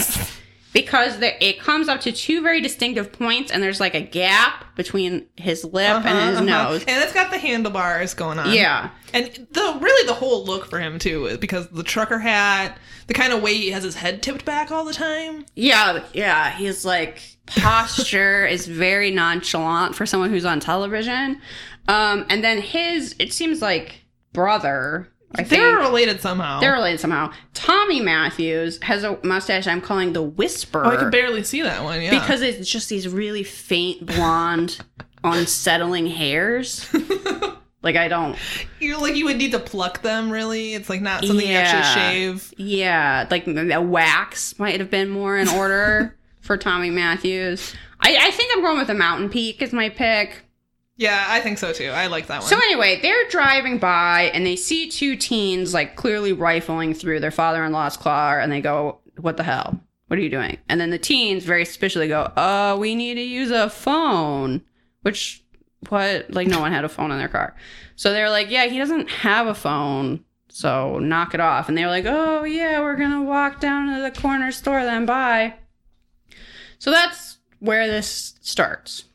S4: because the, it comes up to two very distinctive points and there's like a gap between his lip and his
S3: Uh-huh, uh-huh.
S4: nose.
S3: and it's got the handlebars going on.
S4: Yeah.
S3: and the really the whole look for him too, is because the trucker hat, the kind of way he has his head tipped back all the time.
S4: Yeah, yeah. He's like posture is very nonchalant for someone who's on television. Um, and then his, it seems like brother. I
S3: They're
S4: think
S3: related somehow.
S4: they're related somehow. Tommy Matthews has a mustache I'm calling the Whisperer
S3: oh, I could barely see that one. Yeah,
S4: because it's just these really faint blonde, unsettling hairs. like I don't.
S3: you're like you would need to pluck them. Really, it's like not something you
S4: Yeah.
S3: actually shave.
S4: Yeah, like maybe a wax might have been more in order for Tommy Matthews. I, I think I'm going with the Mountain Peak as my pick.
S3: Yeah, I think so too. I like that one.
S4: So anyway, they're driving by and they see two teens like clearly rifling through their father-in-law's car, and they go, "What the hell? What are you doing?" And then the teens very suspiciously go, "Uh, we need to use a phone," which what like no one had a phone in their car. So they're like, "Yeah, he doesn't have a phone." So knock it off. And they were like, "Oh yeah, we're gonna walk down to the corner store then. Bye." So that's where this starts.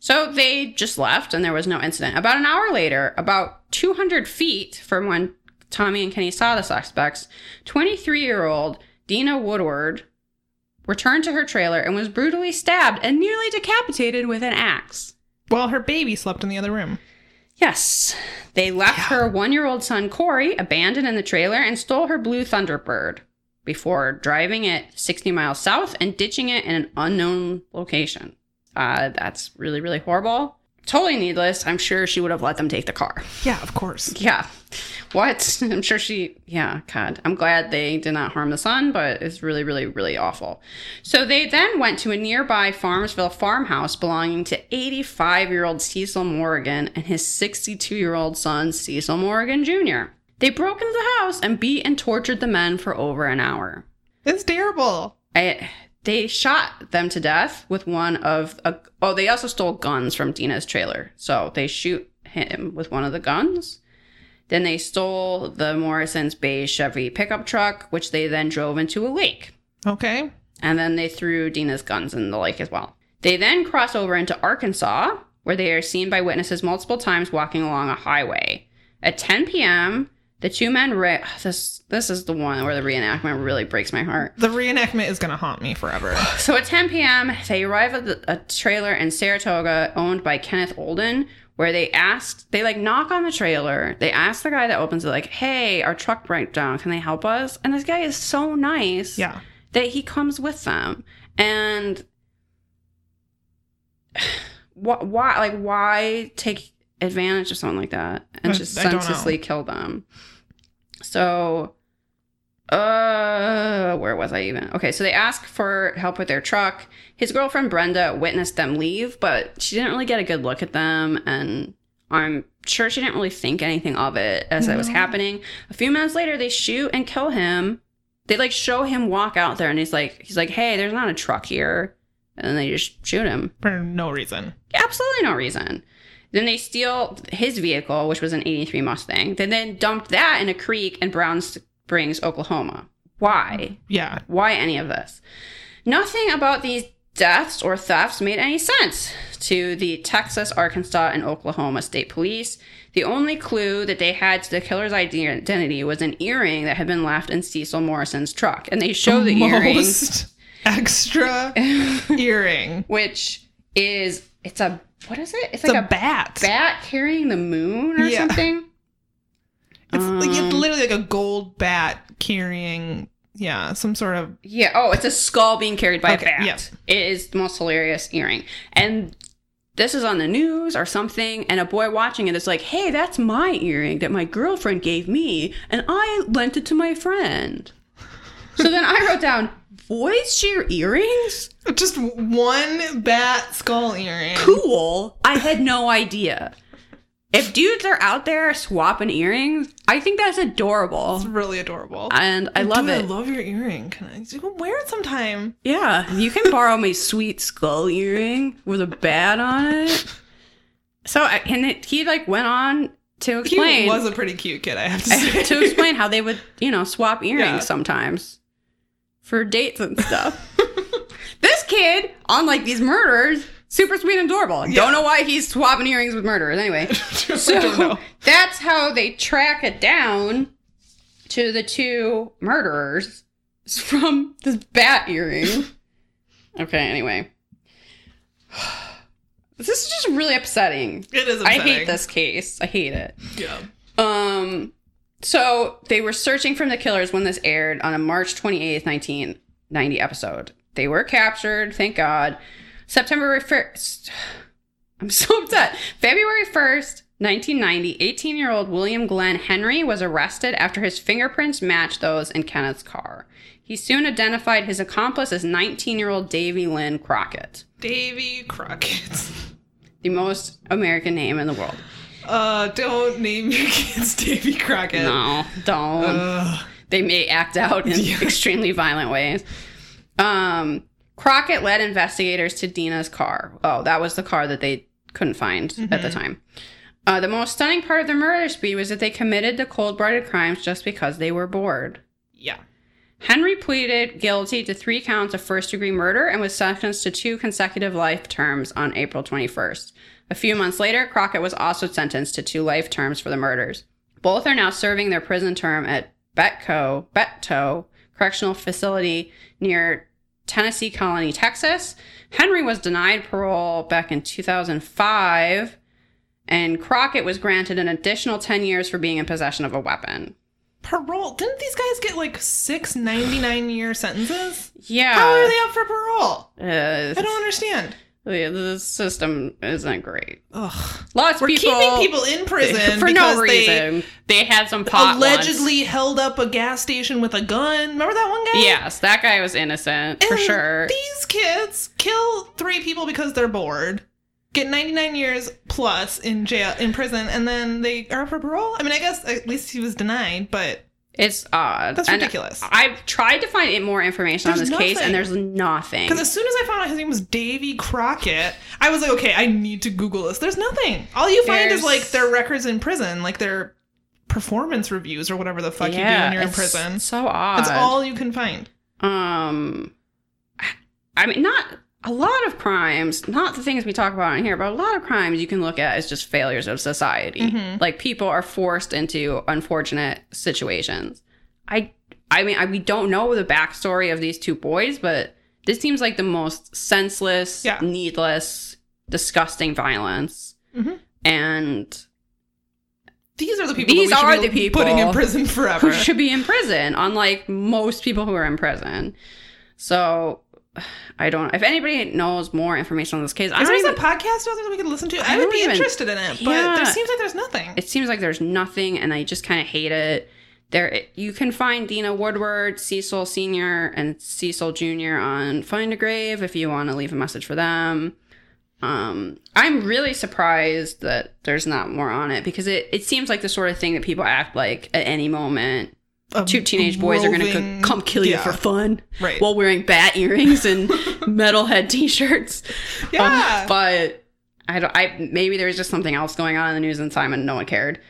S4: So they just left and there was no incident. About an hour later, about 200 feet from when Tommy and Kenny saw the suspects, 23 year old Dina Woodward, returned to her trailer and was brutally stabbed and nearly decapitated with an axe.
S3: While her baby slept in the other room.
S4: Yes, they left her one year old son Corey abandoned in the trailer and stole her blue Thunderbird before driving it 60 miles south and ditching it in an unknown location. Uh, that's really, really horrible. Totally needless. I'm sure she would have let them take the car.
S3: Yeah, of course.
S4: Yeah. What? I'm sure she, yeah, God. I'm glad they did not harm the son, but it's really, really, really awful. So they then went to a nearby Farmsville farmhouse belonging to 85 year old Cecil Morgan and his 62 year old son, Cecil Morgan Jr. They broke into the house and beat and tortured the men for over an hour.
S3: It's terrible.
S4: I, they shot them to death with one of a, oh they also stole guns from Dina's trailer. So they shoot him with one of the guns. Then they stole the Morrison's beige Chevy pickup truck, which they then drove into a lake.
S3: Okay.
S4: And then they threw Dina's guns in the lake as well. They then cross over into Arkansas, where they are seen by witnesses multiple times walking along a highway. At 10 p.m., the two men re- this this is the one where the reenactment really breaks my heart.
S3: The reenactment is going to haunt me forever.
S4: So at 10 p.m., they arrive at the, a trailer in Saratoga owned by Kenneth Olden, where they asked, they like knock on the trailer. They ask the guy that opens it, like, hey, our truck broke down. Can they help us? And this guy is so nice
S3: yeah.
S4: that he comes with them. And wh- why, like, why take advantage of someone like that and
S3: I-
S4: just
S3: Hmm, I don't know.
S4: senselessly kill them? So, uh, where was I even? Okay, so they ask for help with their truck. His girlfriend Brenda witnessed them leave, but she didn't really get a good look at them, and I'm sure she didn't really think anything of it as it was
S3: No.
S4: happening. A few minutes later, they shoot and kill him. They like show him walk out there, and he's like, he's like, hey, there's not a truck here, and they just shoot him
S3: For no reason.
S4: absolutely no reason. Then they steal his vehicle, which was an 83 Mustang. They then dumped that in a creek in Brown Springs, Oklahoma. Why?
S3: Yeah.
S4: Why any of this? Nothing about these deaths or thefts made any sense to the Texas, Arkansas, and Oklahoma state police. The only clue that they had to the killer's ide- identity was an earring that had been left in Cecil Morrison's truck. And they show the earring
S3: Most extra earring.
S4: which is it's a what is it? It's,
S3: It's
S4: like
S3: a
S4: a,
S3: bat.
S4: bat carrying the moon or
S3: Yeah.
S4: something.
S3: It's, like,
S4: Um,
S3: it's literally like a gold bat carrying, yeah, some sort of.
S4: yeah. Oh, it's a skull being carried by
S3: Okay,
S4: a bat.
S3: yeah.
S4: It is the most hilarious earring, and this is on the news or something. And a boy watching it is like, "Hey, that's my earring that my girlfriend gave me, and I lent it to my friend." so then I wrote down voice share earrings.
S3: Just one bat skull earring.
S4: cool. I had no idea. If dudes are out there swapping earrings, I think that's adorable.
S3: It's really adorable.
S4: And I love
S3: Dude, I
S4: it.
S3: love your earring. Can I you can wear it sometime?
S4: yeah, you can borrow my sweet skull earring with a bat on it. So, I- and it, he like went on to
S3: He
S4: explain
S3: was a pretty cute kid, I have to say.
S4: to explain how they would, you know, swap earrings
S3: Yeah.
S4: sometimes for dates and stuff. this kid, unlike these murderers, super sweet and adorable.
S3: Yeah.
S4: Don't know why he's swapping earrings with murderers. Anyway,
S3: I don't
S4: so
S3: know.
S4: that's how they track it down to the two murderers It's from this bat earring. okay, anyway. This is just really upsetting.
S3: It is
S4: I
S3: upsetting.
S4: hate this case. I hate it.
S3: Yeah.
S4: Um, so they were searching from the killers when this aired on a March 28th, 1990 episode. They were captured, thank God. September 1st. I'm so upset. February 1st, 1990, 18 year old William Glenn Henry was arrested after his fingerprints matched those in Kenneth's car. He soon identified his accomplice as 19 year old Davy Lynn Crockett,
S3: Davy Crockett.
S4: the most American name in the world.
S3: Uh, don't name your kids Davy Crockett.
S4: No, don't.
S3: Ugh.
S4: they may act out in extremely violent ways. Um, Crockett led investigators to Dina's car. Oh, that was the car that they couldn't find at the time. Uh, the most stunning part of the murder spree was that they committed the cold-blooded crimes just because they were bored.
S3: yeah.
S4: Henry pleaded guilty to three counts of first degree murder and was sentenced to two consecutive life terms on April 21st. A few months later, Crockett was also sentenced to two life terms for the murders. Both are now serving their prison term at Betco, Betto correctional facility near Tennessee Colony, Texas. Henry was denied parole back in 2005, and Crockett was granted an additional 10 years for being in possession of a weapon.
S3: Parole? Didn't these guys get like six 99 year sentences?
S4: Yeah.
S3: How are they up for parole?
S4: Uh,
S3: I don't understand.
S4: the, the system isn't great.
S3: Ugh.
S4: Lots
S3: We're
S4: of people
S3: keeping people in prison
S4: for
S3: because
S4: no reason. They, had some
S3: they
S4: pot
S3: allegedly
S4: once.
S3: held up a gas station with a gun. Remember that one guy?
S4: Yes, that guy was innocent for
S3: And
S4: sure.
S3: These kids kill three people because they're bored, get 99 years plus in jail, in prison, and then they are up for parole. I mean, I guess at least he was denied, but
S4: It's odd.
S3: that's
S4: And
S3: ridiculous.
S4: I've tried to find more information on
S3: There's
S4: this case,
S3: nothing.
S4: and there's nothing.
S3: Because as soon as I found out his name was Davy Crockett, I was like, okay, I need to Google this. There's nothing. All you find
S4: There's-
S3: is like their records in prison, like their performance reviews or whatever the fuck you do when you're in
S4: it's
S3: prison.
S4: So odd.
S3: That's all you can find.
S4: Um, I- I mean, not a lot of crimes, not the things we talk about in here, but a lot of crimes you can look at as just failures of society.
S3: Mhm.
S4: Like people are forced into unfortunate situations. I, I mean, I, we don't know the backstory of these two boys, but this seems like the most senseless,
S3: Yeah.
S4: needless, disgusting violence.
S3: Mhm.
S4: And
S3: These are the people.
S4: These
S3: that we
S4: are
S3: should be
S4: the people
S3: putting in prison
S4: who
S3: forever.
S4: should be in prison, unlike most people who are in prison. So I don't. If anybody knows more information on this case, I
S3: Is
S4: don't
S3: there
S4: even.
S3: some podcast out there that we could listen to?
S4: I
S3: I, would
S4: don't
S3: be
S4: even-
S3: interested in it, but
S4: Yeah.
S3: there seems like there's nothing.
S4: it seems like there's nothing, and I just kind of hate it. There, you can find Dina Woodward, Cecil Senior, and Cecil Junior on Find a Grave if you want to leave a message for them. Um, I'm really surprised that there's not more on it because it, it seems like the sort of thing that people act like at any moment.
S3: A
S4: Two teenage boys are going to
S3: roving-
S4: come kill you
S3: yeah,
S4: for fun.
S3: right.
S4: while wearing bat earrings and metalhead t-shirts.
S3: yeah.
S4: Um, but I don't. I maybe there was just something else going on in the news in time and no one cared.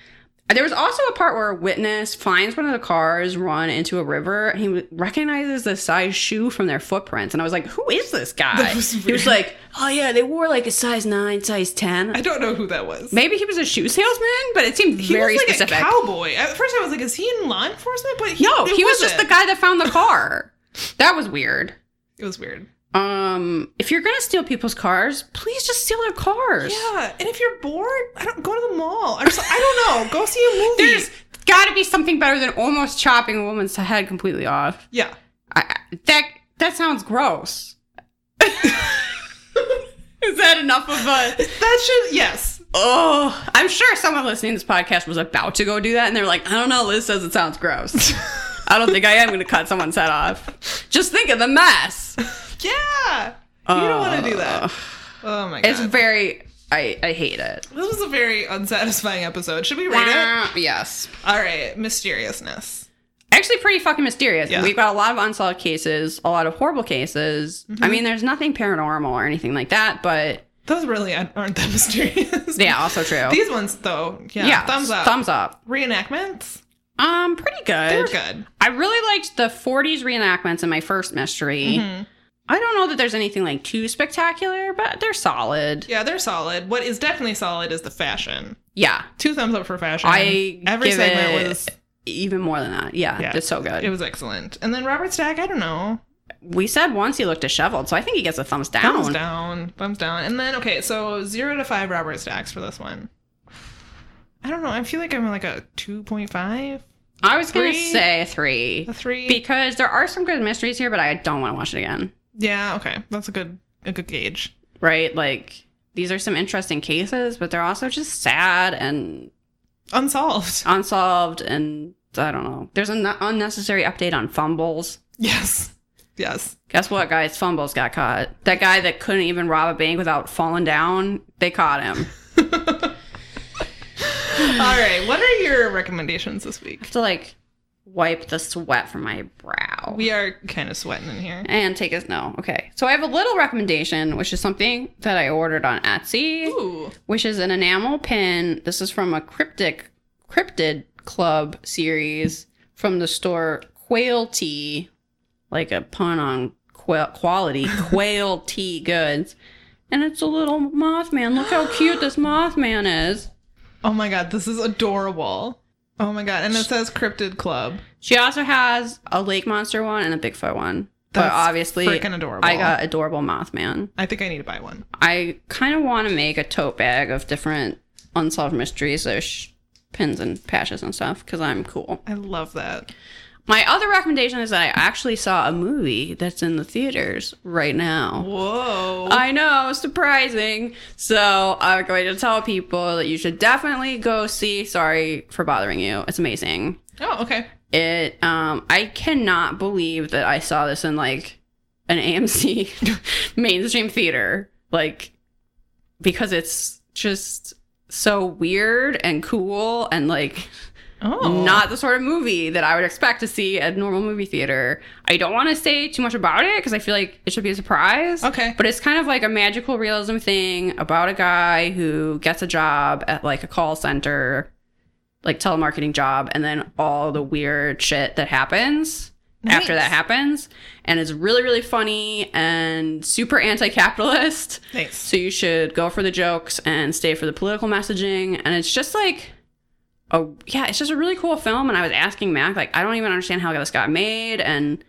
S4: There was also a part where a witness finds one of the cars run into a river and he recognizes the size shoe from their footprints. And I was like, who is this guy?
S3: That was
S4: He was
S3: weird.
S4: like, oh yeah, they wore like a size nine, size 10.
S3: I don't know who that was.
S4: Maybe he was a shoe salesman, but it seemed
S3: He
S4: very
S3: was like
S4: specific.
S3: a cowboy. At first, I was like, is he in law enforcement? But he,
S4: no,
S3: it
S4: he was just
S3: wasn't.
S4: the guy that found the car. that was weird.
S3: It was weird.
S4: Um, if you're gonna steal people's cars, please just steal their cars.
S3: Yeah, and if you're bored, I don't go to the mall. I, just, I don't know. Go see a movie.
S4: There's got to be something better than almost chopping a woman's head completely off.
S3: yeah,
S4: I, I- that that sounds gross. Is that enough of a?
S3: that should yes.
S4: Oh, I'm sure someone listening to this podcast was about to go do that, and they're like, I don't know. Liz says it sounds gross. I don't think I am going to cut someone's head off. Just think of the mess.
S3: Yeah, you don't want to do
S4: Uh,
S3: that. Oh my god,
S4: It's very. I I hate it. Uh,
S3: this was a very unsatisfying episode. Should we rate it?
S4: Yes.
S3: All right, mysteriousness.
S4: actually pretty fucking mysterious.
S3: Yeah.
S4: We've got a lot of unsolved cases, a lot of horrible cases.
S3: Mhm.
S4: I mean, there's nothing paranormal or anything like that, but
S3: Those really aren't aren't that mysterious.
S4: yeah, also true.
S3: These ones though, yeah, thumbs up.
S4: Thumbs up.
S3: Reenactments,
S4: Um, pretty
S3: they were
S4: good.
S3: good.
S4: I really liked the 40s reenactments in my first mystery.
S3: Mhm.
S4: I don't know that there's anything like too spectacular, but they're solid.
S3: Yeah, they're solid. What is definitely solid is the fashion.
S4: Yeah,
S3: Two thumbs up for fashion.
S4: I
S3: every
S4: give
S3: segment
S4: it-
S3: was
S4: even more than that. Yeah,
S3: Yeah.
S4: it's so good.
S3: it was excellent. And then Robert Stack, I don't know.
S4: we said once he looked disheveled, so I think he gets a thumbs down.
S3: Thumbs down. Thumbs down. And then okay, so zero to five Robert Stacks for this one. I don't know. I feel like I'm like a two point five,
S4: I was gonna
S3: Three?
S4: say three.
S3: a three.
S4: because there are some good mysteries here, but I don't want to watch it again.
S3: yeah, okay. That's a good a good gauge.
S4: Right? Like these are some interesting cases, but they're also just sad and
S3: Unsolved.
S4: unsolved, and I don't know. There's an unnecessary update on fumbles.
S3: Yes. Yes.
S4: Guess what, guys? Fumbles got caught. That guy that couldn't even rob a bank without falling down, they caught him.
S3: All right. What are your recommendations this
S4: I
S3: week?
S4: have to like wipe the sweat from my brow.
S3: We are kind of sweating in here.
S4: and take us no. Okay. So I have a little recommendation, which is something that I ordered on Etsy.
S3: Ooh.
S4: which is an enamel pin. This is from a cryptic cryptid club series from the store Quail Tea, like a pun on quail, quality Quail Tea Goods. And it's a little Mothman. Look how cute this Mothman is.
S3: Oh my god, this is adorable. Oh my god! And it says Cryptid Club.
S4: She also has a lake monster one and a Bigfoot one. but
S3: That's
S4: obviously,
S3: freaking adorable.
S4: I got adorable Mothman.
S3: I think I need to buy one.
S4: I kind of want to make a tote bag of different unsolved mysteries ish pins and patches and stuff because I'm cool.
S3: I love that.
S4: My other recommendation is that I actually saw a movie that's in the theaters right now.
S3: Whoa!
S4: Oh. I know, surprising. So I'm going to tell people that you should definitely go see. Sorry for bothering you. It's amazing.
S3: oh, okay.
S4: It. Um. I cannot believe that I saw this in like an AMC mainstream theater. Like because it's just so weird and cool and like
S3: Oh,
S4: not the sort of movie that I would expect to see at a normal movie theater. I don't want to say too much about it because I feel like it should be a surprise.
S3: okay.
S4: But it's kind of like a magical realism thing about a guy who gets a job at like a call center, like telemarketing job, and then all the weird shit that happens after
S3: Nice.
S4: that happens. And it's really, really funny and super anti capitalist.
S3: Nice.
S4: So you should go for the jokes and stay for the political messaging. And it's just like, oh yeah, it's just a really cool film. And I was asking Mac, like, I don't even understand how this got made. And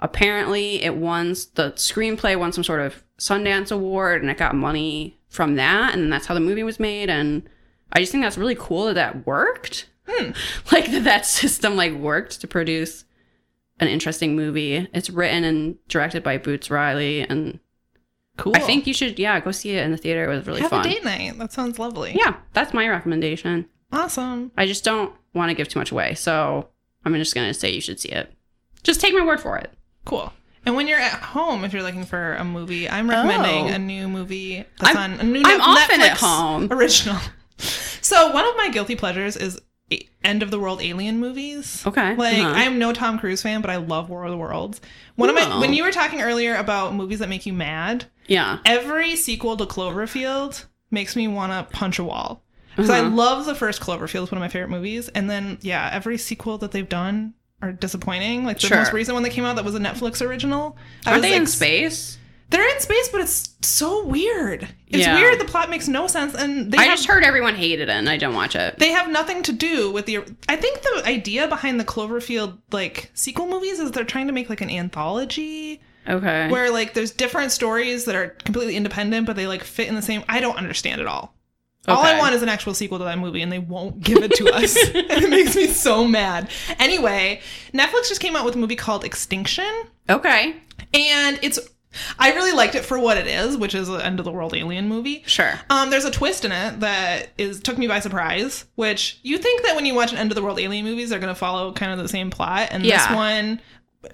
S4: apparently, it won the screenplay won some sort of Sundance award, and it got money from that. And that's how the movie was made. And I just think that's really cool that that worked.
S3: Hmm.
S4: Like that that system like worked to produce an interesting movie. It's written and directed by Boots Riley and
S3: Cool.
S4: I think you should, yeah, go see it in the theater. It was really
S3: have
S4: fun.
S3: a date night. That sounds lovely.
S4: Yeah, that's my recommendation.
S3: Awesome.
S4: I just don't want to give too much away, so I'm just gonna say you should see it. Just take my word for it.
S3: Cool. And when you're at home, if you're looking for a movie, I'm recommending
S4: Oh.
S3: a new movie that's
S4: I'm-
S3: on a new
S4: I'm
S3: Netflix
S4: often at home.
S3: original. So one of my guilty pleasures is a- end of the world alien movies.
S4: Okay.
S3: Like
S4: uh-huh.
S3: I'm no Tom Cruise fan, but I love War of the Worlds. One of
S4: No.
S3: my when you were talking earlier about movies that make you mad,
S4: yeah.
S3: every sequel to Cloverfield makes me want to punch a wall. Because I
S4: Uh-huh.
S3: love the first Cloverfield, it's one of my favorite movies. And then, yeah, every sequel that they've done are disappointing. Like the
S4: Sure.
S3: most recent one that came out that was a Netflix original. I
S4: Are
S3: was
S4: they in
S3: ex-
S4: space?
S3: They're in space, but it's so weird. It's
S4: Yeah.
S3: weird. The plot makes no sense, and they
S4: I
S3: have,
S4: just heard everyone hated it, and I didn't watch it.
S3: they have nothing to do with the. I think the idea behind the Cloverfield like sequel movies is they're trying to make like an anthology
S4: okay.
S3: where like there's different stories that are completely independent but they like fit in the same i don't understand it all all i
S4: Okay.
S3: want is an actual sequel to that movie and they won't give it to us and it makes me so mad anyway netflix just came out with a movie called extinction
S4: okay.
S3: and it's i really liked it for what it is which is an end of the world alien movie
S4: Sure.
S3: um, there's a twist in it that is took me by surprise. Which you think that when you watch an end of the world alien movies, they're gonna follow kind of the same plot, and this
S4: Yeah.
S3: one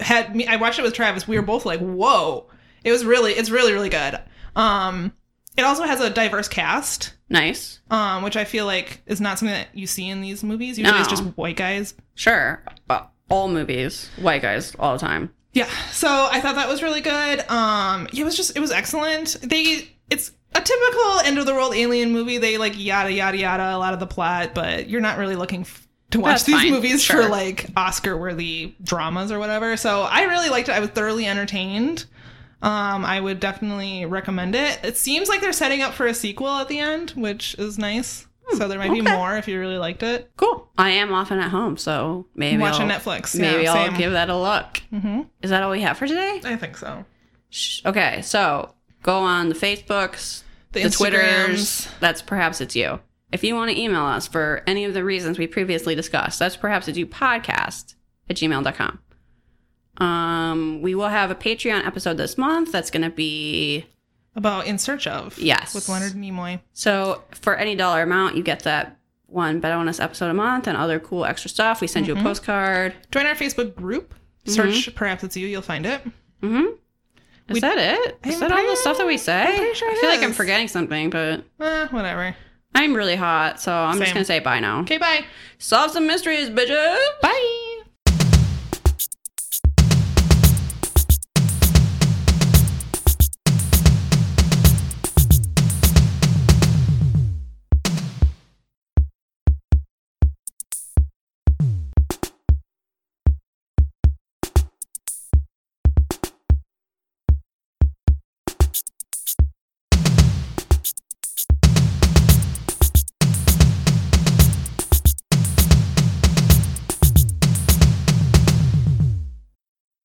S3: had me. I watched it with Travis. We were both like, "Whoa!" It was really, it's really, really good. Um, it also has a diverse cast,
S4: Nice.
S3: um, which I feel like is not something that you see in these movies. Usually, it's
S4: No.
S3: just white guys.
S4: Sure. Uh, all movies, white guys, all the time.
S3: Yeah. So I thought that was really good. Um, it was just, it was excellent. They, it's a typical end of the world alien movie. They like yada yada yada a lot of the plot, but you're not really looking f- to watch
S4: That's
S3: these
S4: fine.
S3: movies
S4: Sure.
S3: for like Oscar worthy dramas or whatever. So I really liked it. I was thoroughly entertained. Um, I would definitely recommend it. It seems like they're setting up for a sequel at the end, which is nice. So there might be
S4: Hmm, okay.
S3: more if you really liked it.
S4: Cool. I am often at home, so maybe
S3: Watch on
S4: I'll,
S3: Netflix.
S4: Maybe
S3: yeah,
S4: I'll
S3: same.
S4: give that a look.
S3: Mhm.
S4: Is that all we have for today?
S3: I think so.
S4: Sh- Okay, so go on the Facebooks,
S3: The
S4: the,
S3: Instagrams.
S4: Twitters. That's perhaps it's you. If you want to email us for any of the reasons we previously discussed, that's perhaps it's you podcast at gmail.com. Um, we will have a Patreon episode this month. That's going to be
S3: About In Search of.
S4: Yes.
S3: With Leonard Nimoy.
S4: so for any dollar amount, you get that one bonus episode a month and other cool extra stuff. We send
S3: Mm-hmm.
S4: you a postcard.
S3: Join our Facebook group. Search Perhaps It's You, you'll find it.
S4: Mm-hmm. Is
S3: We-
S4: that it? Is
S3: I'm
S4: that all the
S3: pretty-
S4: stuff that we say?
S3: pretty sure
S4: I
S3: it
S4: feel like I'm
S3: is.
S4: forgetting something, but
S3: Uh, whatever.
S4: I'm really hot, so I'm just
S3: Same.
S4: gonna say bye now.
S3: Okay, bye.
S4: Solve some mysteries, bitches. Bye.